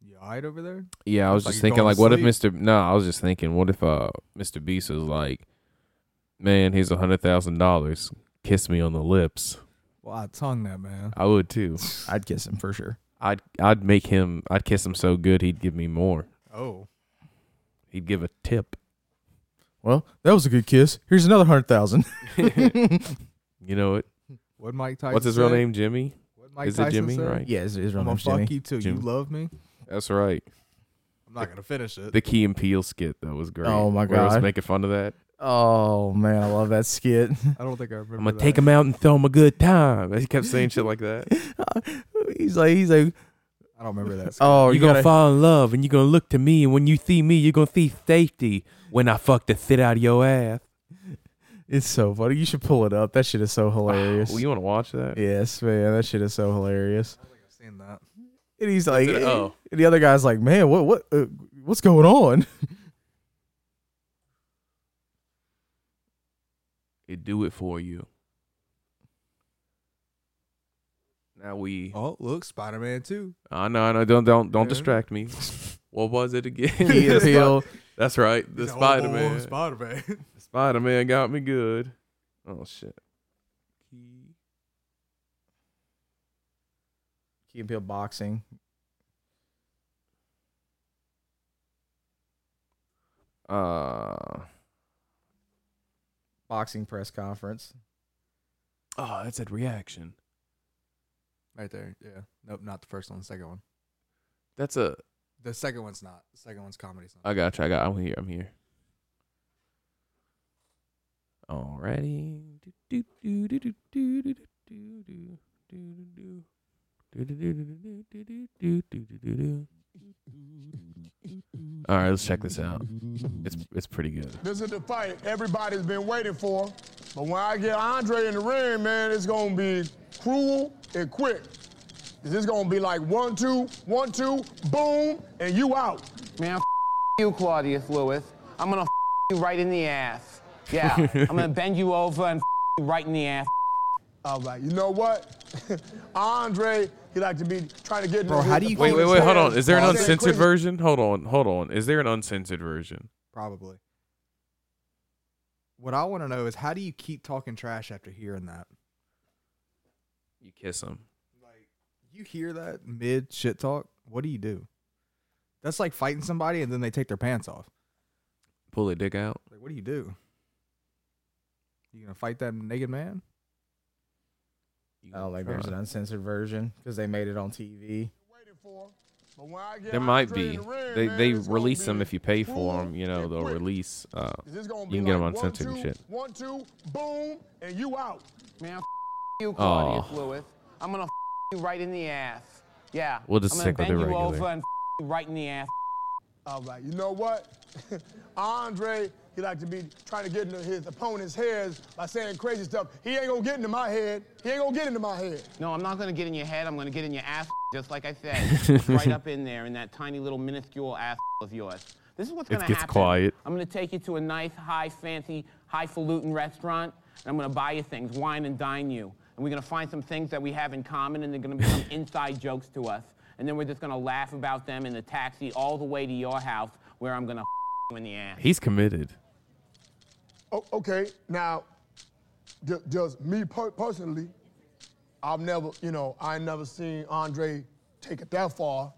You all right over there?
Yeah, I was
Like
just
you're
thinking,
going
like,
to
what if Mister? No, I was just thinking, what if uh, Mister Beast is like, man, here's a hundred thousand dollars. Kiss me on the lips.
Well, I tongue that man.
I would too.
I'd kiss him for sure.
I'd I'd make him. I'd kiss him so good he'd give me more.
Oh,
He'd give a tip.
Well, that was a good kiss. Here's another hundred thousand.
You know it.
what Mike Tyson?
What's his real
say?
name? Jimmy.
What Mike
is it
Tyson
Jimmy?
say?
Right.
yeah, his, his real
I'm gonna
name's
fuck
Jimmy.
you too.
Jimmy.
You love me?
That's right.
I'm not gonna finish it.
The Key and Peele skit though was great.
Oh, my
Where I was
God.
making fun of that.
Oh man, I love that skit.
I don't think I remember.
I'm gonna
that.
take him out and throw him a good time. He kept saying shit like that.
he's like he's like
I don't remember that.
Oh,
you're
you
gonna,
gotta-
fall in love and you're gonna look to me and when you see me you're gonna see safety when i fuck the shit out of your ass
It's so funny. You should pull it up. That shit is so hilarious.
you want to watch that
yes, man. That shit is so hilarious.
I've seen that.
And he's like,
it- oh.
and the other guy's like, man, what, what, uh, what's going on?
it do it for you now we
Oh, look, Spider Man Two.
i know i know don't don't don't
Yeah.
distract me what was it
Key and
again
Peele.
that's right the spider-man
Spider Man.
spider-man got me good oh shit Key.
Key and Peele boxing.
uh
Boxing press conference.
oh that said reaction
Right there. Yeah. Nope. Not the first one. The second one.
that's a
The second one's not. The second one's comedy. Song.
I got you. I got. I'm here. I'm here. Alrighty. Do, do, do, do, do, do, do, do, do, do, do, do, do, do, do, do, do, do, do, do, do, do. All right, let's check this out. It's it's pretty good.
This is the fight everybody's been waiting for. But when I get Andre in the ring, man, it's gonna be cruel and quick. 'Cause it's gonna be like one, two, one, two, boom, and you out.
Man, f- you, Claudius Lewis. I'm gonna f- you right in the ass. Yeah, I'm gonna bend you over and f- you right in the ass.
All right, you know what? Andre, he like to be trying to get. in
Bro,
his
how do you-
Wait, wait, wait. Hold on. Is there an
Pause it.
uncensored version? Hold on. Hold on. Is there an uncensored version?
Probably. What I want to know is how do you keep talking trash after hearing that?
You kiss him.
Like, you hear that mid shit talk? What do you do? That's like fighting somebody and then they take their pants off.
Pull the dick out.
Like, what do you do? You gonna fight that naked man?
I don't think Oh, there's an uncensored version because they made it on TV.
Waiting for, but when I get
There might
Andre
be.
in the ring,
They
man,
they
it's gonna
release
be
them if you pay for
cruel
them. You know
and
they'll
quick.
release. Uh,
Is this gonna
you
be
can get them
like one,
uncensored and
two,
shit.
One, two, boom, and you out.
Man, f- you, Claudia
Aw.
Fluid. I'm gonna f- you right in the ass. Yeah.
We'll just
I'm
stick with
gonna
the
bend you
regular.
over and f- you right in the ass.
All right, you know what? Andre, he like to be trying to get into his opponent's heads by saying crazy stuff. He ain't gonna get into my head. He ain't gonna get into my head.
No, I'm not gonna get in your head. I'm gonna get in your ass, just like I said, right up in there in that tiny little minuscule ass of yours. This is what's
It
gonna
gets
happen.
quiet.
I'm gonna take you to a nice, high, fancy, highfalutin restaurant, and I'm gonna buy you things, wine and dine you, and we're gonna find some things that we have in common, and they're gonna become inside jokes to us, and then we're just gonna laugh about them in the taxi all the way to your house, where I'm gonna you in the ass.
He's committed.
Oh, okay, now, ju- just me per- personally, I've never, you know, I ain't never seen Andre take it that far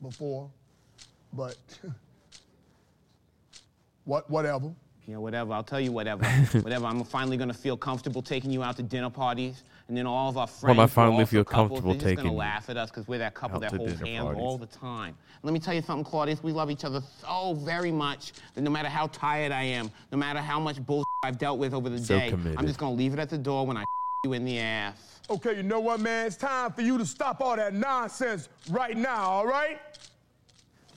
before, but what, whatever.
Yeah, whatever. I'll tell you whatever. whatever. I'm finally gonna feel comfortable taking you out to dinner parties, and then all of our friends.
When I
who are
finally
also
feel
couples,
comfortable
they're just
taking
gonna
you
laugh at us because we're that couple
out
that
to
holds
dinner
hands
parties.
all the time. Let me tell you something, Claudius. We love each other so very much that no matter how tired I am, no matter how much bull I've dealt with over the
So
day,
committed.
I'm just gonna leave it at the door when I you in the ass.
Okay, you know what, man? It's time for you to stop all that nonsense right now, all right?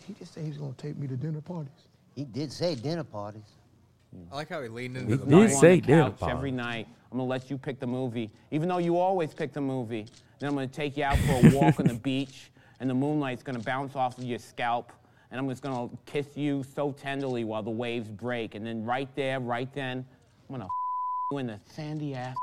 He just said he's gonna take me to dinner parties.
He did say dinner parties.
I like how he leaned into
the He mic.
You
say
on the
dinner
couch every
party.
night. I'm gonna let you pick the movie, even though you always pick the movie. Then I'm gonna take you out for a walk on the beach, and the moonlight's gonna bounce off of your scalp, and I'm just gonna kiss you so tenderly while the waves break, and then right there, right then, I'm gonna you in the sandy ass.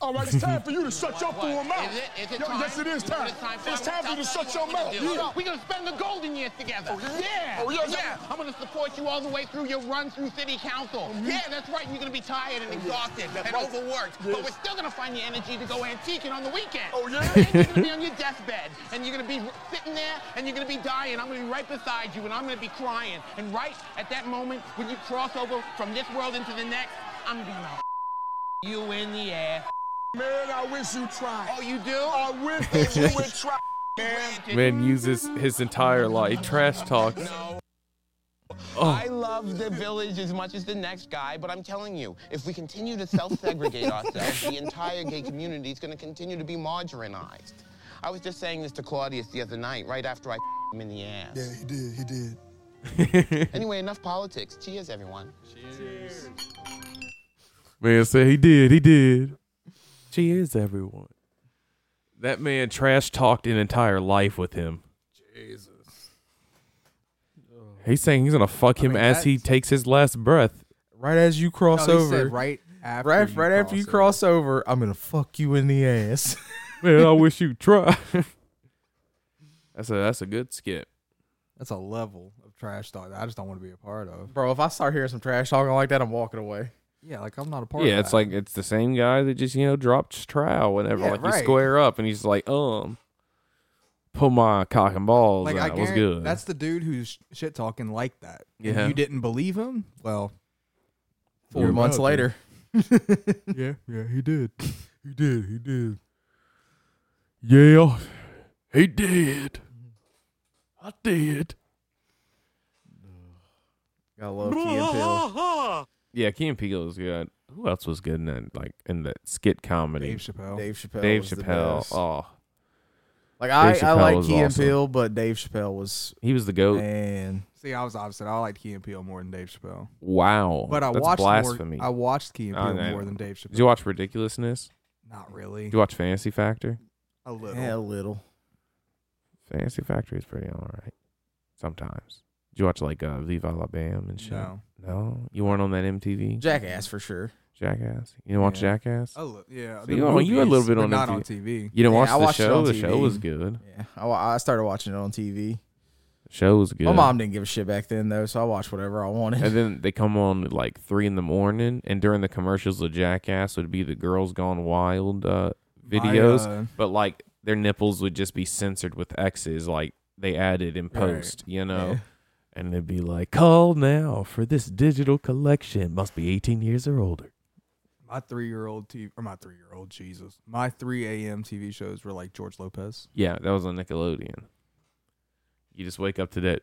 All right, it's time for you to shut your
What?
fool mouth.
Is it- is it
Yo,
time?
Yes, it is
Is
time.
it time for-
it's time for you to
Tell
shut
me
your
what
mouth.
we're gonna do.
Yeah.
We're gonna spend the golden years together. yeah.
Oh, yeah, yeah. Oh,
I'm gonna support you all the way through your run through city council. Yeah, that's right. You're gonna be tired and exhausted and overworked, but we're still gonna find the energy to go antiquing on the weekend.
Oh, yeah?
And you're gonna be on your deathbed, and you're gonna be r- sitting there, and you're gonna be dying. I'm gonna be right beside you, and I'm gonna be crying. And right at that moment, when you cross over from this world into the next, I'm gonna you in the ass.
Man, I wish you tried.
Oh, you do?
I wish that you would try, man.
Man uses his entire life trash talks.
I love the village as much as the next guy, but I'm telling you, if we continue to self-segregate ourselves, the entire gay community is going to continue to be marginalized. I was just saying this to Claudius the other night, right after I him in the ass.
Yeah, he did, he did.
Anyway, enough politics. Cheers, everyone.
Man said he did. He did. She is everyone. That man trash talked an entire life with him. Jesus. He's saying he's gonna fuck him
mean,
as he
that's-
takes his last breath.
Right as you cross
No, he
over,
said right after
right,
you
right after you cross over, I'm gonna fuck you in the ass.
Man, I wish you try. that's a that's a good skip.
That's a level of trash talk that I just don't want to be a part of.
Bro, if I start hearing some trash talking like that, I'm walking away.
Yeah, like I'm not a part of
yeah, it's
that.
like it's the same guy that just you know dropped trial whenever
Yeah,
like you
right.
square up and he's like um, pull my cock and balls
like
out.
I
What's
guarantee-
good?
That's the dude who's shit talking like that. And
Yeah.
you didn't believe him? Well,
Four
You're
months
welcome.
later,
yeah, yeah, he did. he did. He did.
yeah. He did. I did.
I love Key and Peele.
Yeah, Key and Peele was good. Who else was good in that like in that skit comedy?
Dave Chappelle.
Dave Chappelle.
Oh. Dave
was the
Chappelle.
best.
Oh,
Like I,
Dave
I
Chappelle
like
was
Key and
awesome. Oh.
Peele, but Dave Chappelle was
he was the goat.
man.
See, I was opposite. I liked Key and Peele more than Dave Chappelle.
Wow.
But I
Oh, That's
watched
blasphemy.
more. I watched Key and
I
Peele
know.
more than Dave Chappelle.
Did you watch Ridiculousness?
Not really.
Did you watch Fantasy Factor?
A little.
Yeah, a little.
Fantasy Factor is pretty all right. Sometimes. Did you watch like uh, Viva La Bam and shit?
No.
No? You weren't on that MTV?
Jackass for sure.
Jackass. You didn't watch
Yeah.
Jackass?
A li- yeah.
So
the
you were- you were a little
movies,
bit
but
on
not
MTV.
on TV.
You didn't
Yeah,
watch
I
the
watched it
show.
on
The show
TV.
was good.
Yeah, I, I started watching it on TV.
The show was good.
My mom didn't give a shit back then though, so I watched whatever I wanted.
And then they come on at like three in the morning, and during the commercials of Jackass would be the Girls Gone Wild uh, videos,
uh,
but like their nipples would just be censored with X's, like they added in post, you know. And it'd be like, call now for this digital collection. Must be 18 years or older.
My three year old TV or my three year old Jesus. My three AM TV shows were like George Lopez.
Yeah, that was on Nickelodeon. You just wake up to that.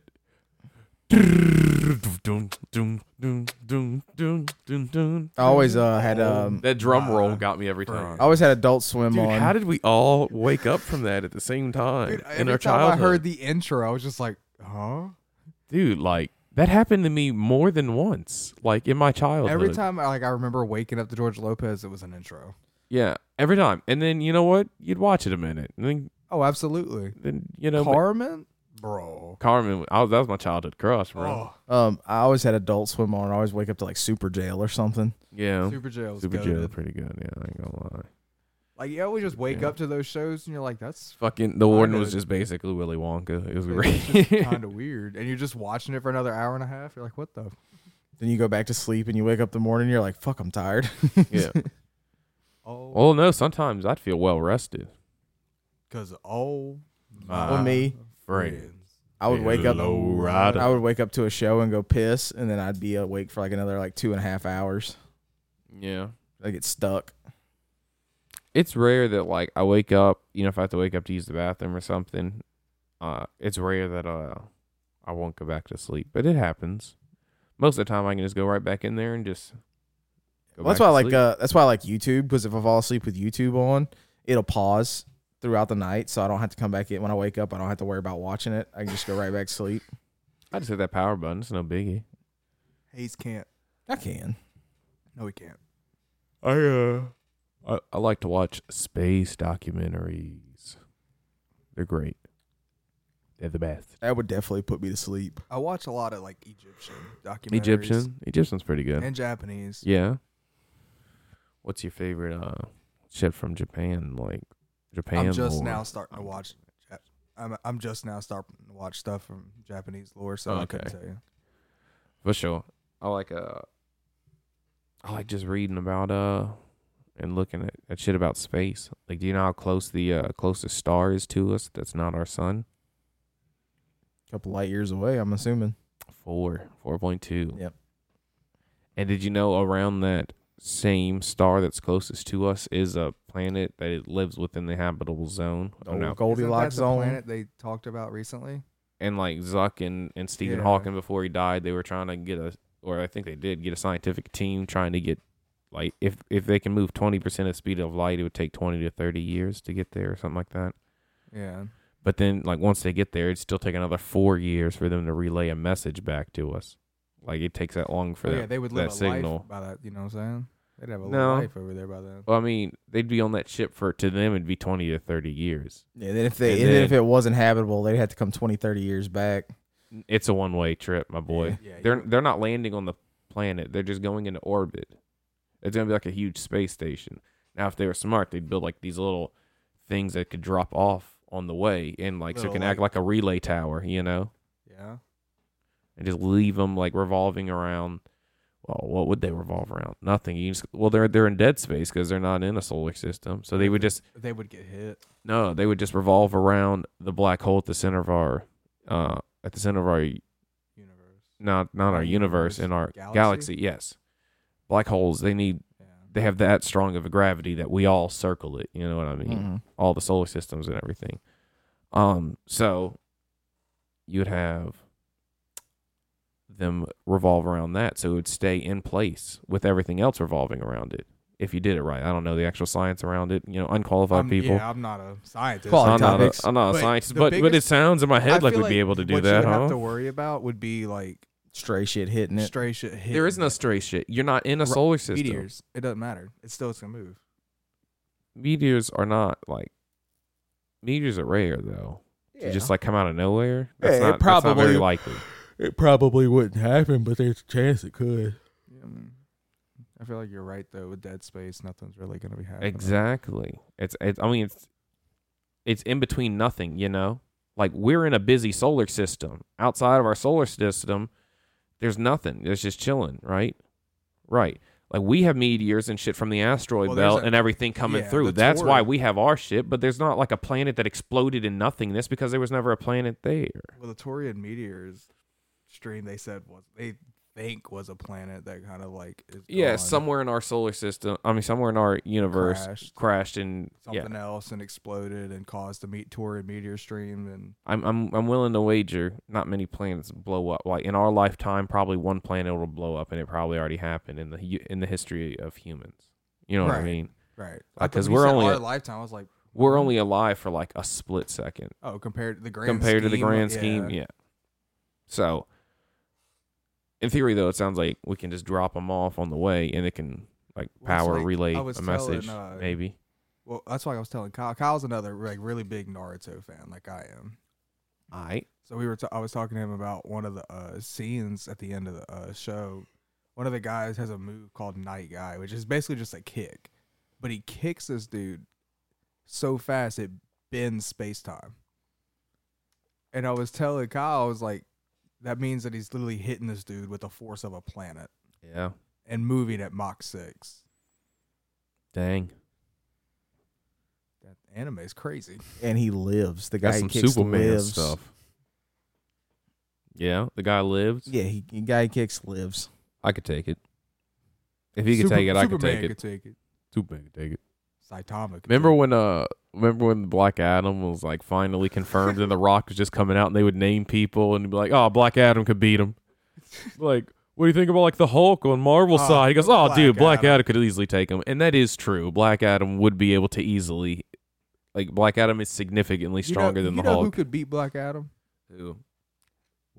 I always uh, had um,
That drum roll got me every time.
I always had Adult Swim
Oh, Dude,
on.
how did we all wake up from that at the same time
Dude,
in
every
our
time I
childhood?
heard the intro, I was just like, huh?
Dude, like that happened to me more than once. Like in my childhood.
Every time I like I remember waking up to George Lopez, it was an intro.
Yeah, every time. And then you know what? You'd watch it a minute. And then,
Oh, absolutely.
then you know,
Carmen? Bro.
Carmen. I was, that was my childhood crush,
Oh,
bro.
um, I always had Adult Swim on. I always wake up to like Super Jail or something.
yeah,
Super Jail was
Super
goated.
Joe, pretty good. Yeah, I ain't gonna lie.
Like you always just wake
Yeah.
up to those shows and you're like, that's
Fucking the warden was
Kinda.
just basically Willy Wonka. It was
it's
great.
just kind of weird. And you're just watching it for another hour and a half. You're like, what the?
Then you go back to sleep and you wake up the morning. You're like, fuck, I'm tired.
yeah.
Oh,
Well, no. Sometimes I'd feel well rested.
because oh,
Well, me,
friends.
I would wake up.
Low rider.
I would wake up to a show and go piss, and then I'd be awake for like another like two and a half hours.
Yeah.
I get stuck.
it's rare that like I wake up, you know, if I have to wake up to use the bathroom or something, uh, it's rare that uh, I won't go back to sleep, but it happens. Most of the time, I can just go right back in there and just. Go
Well, that's
back
why I
to
like
sleep.
uh, that's why I like YouTube because if I fall asleep with YouTube on, it'll pause throughout the night, so I don't have to come back in when I wake up. I don't have to worry about watching it. I can just go right back to sleep.
I just hit that power button. It's no biggie.
Hayes can't.
I can.
No, he can't.
I uh, I, I like to watch space documentaries. They're great. They're the best.
That would definitely put me to sleep.
I watch a lot of like Egyptian documentaries.
Egyptian, Egyptian's pretty good.
and Japanese.
yeah. What's your favorite uh shit from Japan? Like Japan.
I'm just
lore?
now starting to watch. Jap- I'm I'm just now starting to watch stuff from Japanese lore, so I couldn't
Okay.
tell you.
For sure. I like uh I like just reading about uh and looking at, at shit about space. Like do you know how close the uh closest star is to us that's not our sun?
A couple light years away, I'm assuming.
Four. Four point two.
Yep.
And did you know around that same star that's closest to us is a planet that it lives within the habitable zone? I don't
Old
know.
Goldilocks
Isn't that the
zone.
planet they talked about recently.
And like Zuck and, and Stephen
Yeah.
Hawking before he died, they were trying to get a or I think they did get a scientific team trying to get like if if they can move twenty percent of the speed of light, it would take twenty to thirty years to get there or something like that.
Yeah,
But then like once they get there, it'd still take another four years for them to relay a message back to us. Like it takes that long for
Oh,
that,
yeah, they would
that
live a
signal.
life by that. You know what I'm saying? They'd have a
No.
life over there by then.
Well, I mean, they'd be on that ship for to them it'd be twenty to thirty years.
Yeah, then if they
And
and then if
then-
it wasn't habitable, they'd have to come 20, 30 years back.
It's a one way trip, my boy.
Yeah, yeah,
they're
you-
they're not landing on the planet. They're just going into orbit. It's gonna be like a huge space station. Now, if they were smart, they'd build like these little things that could drop off on the way, and like so it
Little,
can act like a relay tower, you know,
Yeah,
and just leave them like revolving around. Well, what would they revolve around? Nothing. You just, well, they're they're in dead space because they're not in a solar system, so they would just
they would get hit.
no, they would just revolve around the black hole at the center of our, uh, at the center of our
Universe.
not not our
Our
universe
universe,
in our galaxy?
galaxy?
yes black holes they need
Yeah.
they have that strong of a gravity that we all circle it you know what i mean
Mm-hmm.
Mhm.
all the solar systems and everything um so you'd have them revolve around that so it would stay in place with everything else revolving around it if you did it right i don't know the actual science around it you know unqualified
I'm,
people
Um, Yeah, I'm not a scientist.
Quality
I'm not, a,
topics.
I'm not a
But
scientist,
the
but, but it
biggest-
sounds in my
I
head like
feel
we'd be able to do
what
that,
you would
huh?
have to worry about would be like
Stray shit hitting it.
stray shit. Hitting
There is no stray shit. You're not in a
Ro-
solar system.
meteors. It doesn't matter. It's still it's gonna move.
meteors are not like meteors are rare though. To just like come out of nowhere. That's
Yeah, it
not that's not very
probably-
likely.
it probably wouldn't happen, but there's a chance it could.
Yeah, I, mean, I feel like you're right though. With Dead Space, nothing's really gonna be happening.
Exactly. It's, it's I mean it's it's in between nothing, you know? Like we're in a busy solar system. Outside of our solar system, there's nothing. It's just chilling, right? Right. Like we have meteors and shit from the asteroid
Well, there's
belt
a-
and everything coming
yeah,
through.
the
That's why
Tauri-
we have our shit, but there's not like a planet that exploded in nothingness because there was never a planet there.
Well, the Taurian meteors stream they said was they think was a planet that kind of like is
Yeah,
gone,
somewhere in our solar system, I mean somewhere in our universe crashed,
Crashed.
and yeah.
something else and exploded and caused the meet Taurian meteor stream and
I'm I'm I'm willing to wager not many planets blow up. Like in our lifetime, probably one planet will blow up, and it probably already happened in the hu- in the history of humans. You know what I
Right.
mean?
right
Like,
I thought
Uh, 'cause
when you
we're
said
only
our
at-
lifetime. I was like,
We're only alive for like a split second
oh, compared to the grand
compared to the
scheme,
grand scheme. Yeah. So, in theory, though, it sounds like we can just drop them off on the way, and it can like
Well, it's
power
like
relay
I
a
was
message,
telling, uh,
maybe.
Well, that's why I was telling Kyle. Kyle's another like really big Naruto fan, like I am.
All right.
So we were t- I was talking to him about one of the uh, scenes at the end of the uh, show. One of the guys has a move called Night Guy, which is basically just a kick, but he kicks this dude so fast it bends space time. And I was telling Kyle, I was like, that means that he's literally hitting this dude with the force of a planet
Yeah.
and moving at Mach six.
Dang.
That anime is crazy.
and he lives. The guy
That's some
he kicks
Superman
lives.
stuff. Yeah, the guy lives.
Yeah, he, the guy he kicks lives.
I could take it. If he could
Super-
take it, I could
Superman
take it.
could take it.
Superman could take it.
Saitama. Could
Remember
take
when uh remember when Black Adam was like finally confirmed and the rock was just coming out and they would name people and be like, Oh, Black Adam could beat him. like, what do you think about like the Hulk on Marvel
Oh,
side? He goes, Oh
Black
dude, Black
Adam."
Adam. could easily take him. And that is true. Black Adam would be able to easily like Black Adam is significantly
You know-
stronger than
you
the
know Who
Hulk.
could beat Black Adam?
Who?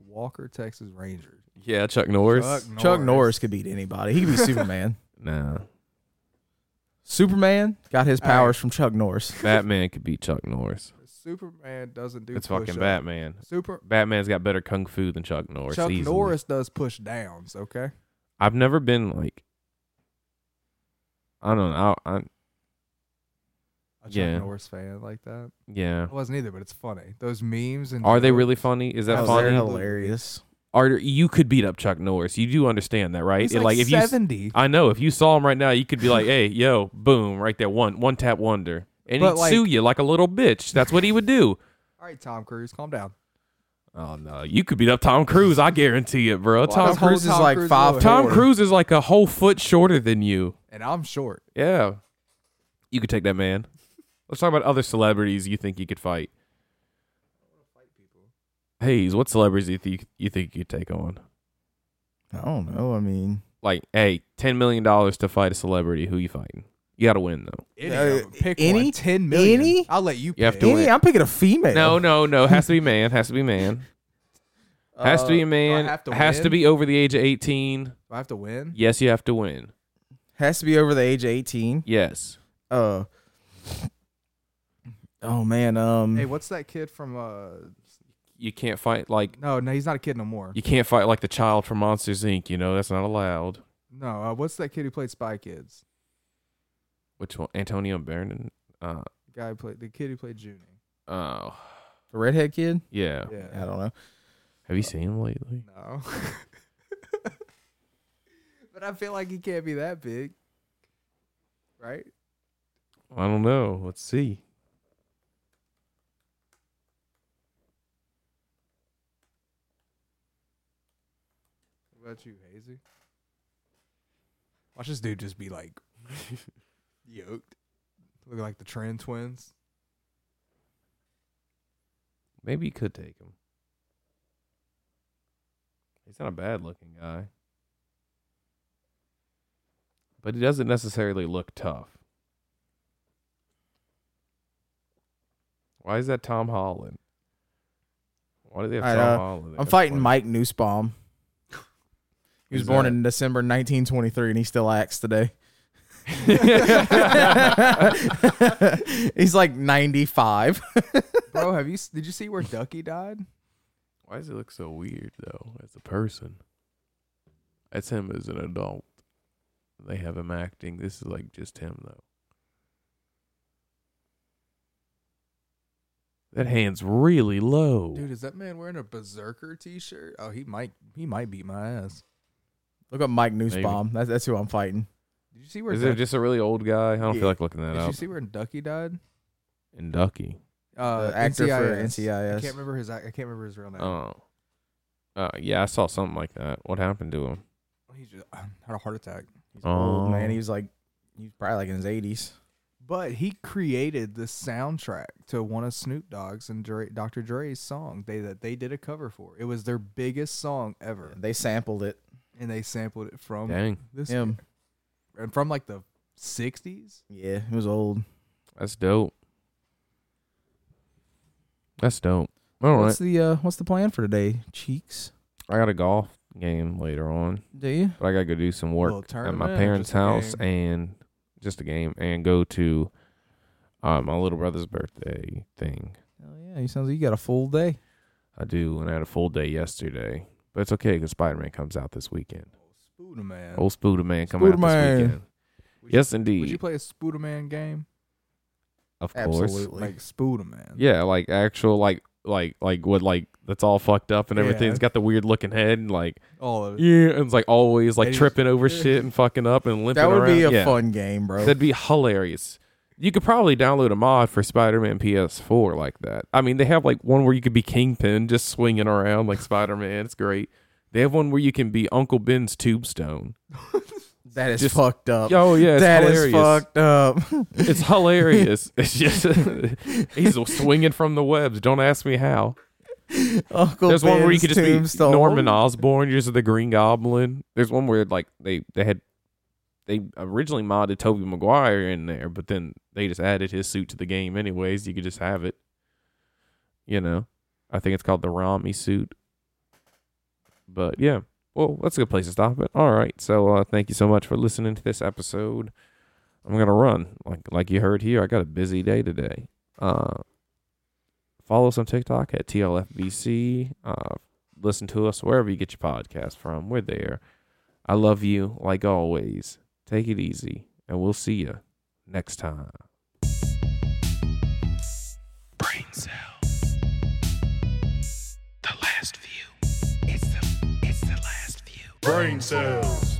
Walker, Texas Ranger.
Yeah, Chuck Norris.
Chuck Norris could beat anybody. He could be Superman.
Nah.
Superman got his
All right.
powers from Chuck Norris.
Batman could beat Chuck Norris.
Superman doesn't do.
It's
push
fucking
up.
Batman.
Super
Batman's got better kung fu than Chuck Norris.
Chuck
easily.
Norris does push downs. Okay.
I've never been like. I don't know. I, I
A Chuck
Yeah.
Norris fan like that.
yeah.
I wasn't either, but it's funny. Those memes and
Are they
jokes-
really funny? Is that
Oh, they're
funny?
hilarious.
Are you could beat up Chuck Norris? You do understand that, right?
He's
It-
like,
if you, s-
seventy.
I know if you saw him right now, you could be like, "Hey, yo, boom, right there, one one tap wonder," and
But,
he'd
like-
sue you like a little bitch. That's what he would do.
All right, Tom Cruise, calm down.
Oh no, you could beat up Tom Cruise. I guarantee it, bro. Tom
Tom
that's whole
Cruise,
Cruise is
Tom
like
Cruise
five.
lower.
Tom
four.
Cruise is like a whole foot shorter than you.
And I'm short.
Yeah. You could take that man. Let's talk about other celebrities you think you could fight. Hayes, what celebrities you think you think you could take on?
I don't know. I mean,
Like, hey, ten million dollars to fight a celebrity. Who you fighting? You got to win though.
Any
Uh,
of them. pick
any?
one. Ten million.
Any?
I'll let you.
You have
pick.
to win.
any, I'm picking a female.
No, no, no. Has to be man. Has to be man. Has to be a man.
Uh, have to
has to
win?
be over the age of eighteen.
Do I have to win.
Yes, you have to win.
Has to be over the age of 18.
Yes.
Uh, oh man. Um,
Hey, what's that kid from? uh
You can't fight like
No, no, he's not a kid no more.
you can't fight like the child from Monsters Inc. You know that's not allowed.
No, uh, what's that kid who played Spy Kids?
Which one? Antonio Banderas. Uh,
The guy who played the kid who played Junie.
oh,
the redhead kid.
yeah.
Oh, Yeah.
I don't know.
Have you seen him lately?
No. but I feel like he can't be that big. Right?
I don't know. Let's see.
What about you, Hazy? Watch this dude just be like yoked. Look like the Tran twins.
Maybe you could take him. He's not a bad looking guy. But he doesn't necessarily look tough. Why is that Tom Holland? Why do they have
I
Tom
know.
Holland?
I'm
That's
fighting
funny.
Mike Newsbaum. He was
Who's
born
that?
in December 1923, and he still acts today. He's like 95.
Bro, have you s- did you see where Ducky died?
Why does he look so weird though as a person? That's him as an adult. They have him acting. This is like just him though. That hand's really low.
Dude, is that man wearing a berserker t shirt? Oh, he might he might beat my ass.
Look up Mike Newsbaum. That's, that's who I'm fighting.
Did you see where?
Is it
Duck-
just a really old guy? I don't
Yeah.
feel like looking that
did you
up.
see where Ducky died?
In Ducky.
Uh,
The actor for
I
NCIS.
can't remember his. ac- I can't remember his real name.
Oh. Uh, yeah, I saw something like that. What happened to him?
He just had a heart attack.
He's old, man.
Oh.
He was like, he's probably like in his 80s.
But he created the soundtrack to one of Snoop Dogg's and Dre, Dr. Dre's song. They that they did a cover for. It was their biggest song ever,
They sampled it.
and they sampled it from
Dang,
this
Him.
and from like the '60s.
Yeah, he was old.
that's dope. That's dope. All right,
What's the uh, what's the plan for today, Cheeks?
I got a golf game later on,
Do you?
but I gotta go do some
Little
work at
tournament
my
or
parents'
just a
house and just a game, and go to uh, my little brother's birthday thing.
Oh yeah, he sounds like you got a full day.
I do, and I had a full day yesterday, but it's okay because Spider Man comes out this weekend.
Spooderman. man.
Old Spooder Man coming out
Spooderman.
this weekend.
Would you-
Oh, Yes, indeed.
Would you play a Spooderman game?
of course.
Absolutely.
Like Spooderman.
Yeah, like actual like like like what like that's all fucked up and
Yeah.
everything's got the weird looking head and like
All of it.
yeah, and it's like always like
And he's-
tripping over shit and fucking up and limping
that would be a
around. Yeah.
fun game, bro.
That'd be hilarious. You could probably download a mod for Spider-Man PS4 like that. I mean, they have like one where you could be Kingpin just swinging around like Spider-Man. It's great. They have one where you can be Uncle Ben's tombstone.
that is
just-
fucked up.
Oh yeah, it's
that
hilarious.
is fucked up.
It's hilarious. it's just he's swinging from the webs. Don't ask me how.
Uncle
There's one where you
Ben's
could just
tombstone.
be Norman Osborn. You're just the Green Goblin. There's one where like they they had they originally modded Toby Maguire in there, but then they just added his suit to the game anyways. You could just have it. You know, I think it's called the Rami suit. But yeah, well, that's a good place to stop it. All right, so uh, thank you so much for listening to this episode. I'm gonna run like like you heard here. I got a busy day today. Uh, follow us on TikTok at TLFBC. Uh, listen to us wherever you get your podcast from. We're there. I love you like always. Take it easy, and we'll see you next time.
Brain cells. The last view. It's the, it's the last view.
Brain cells.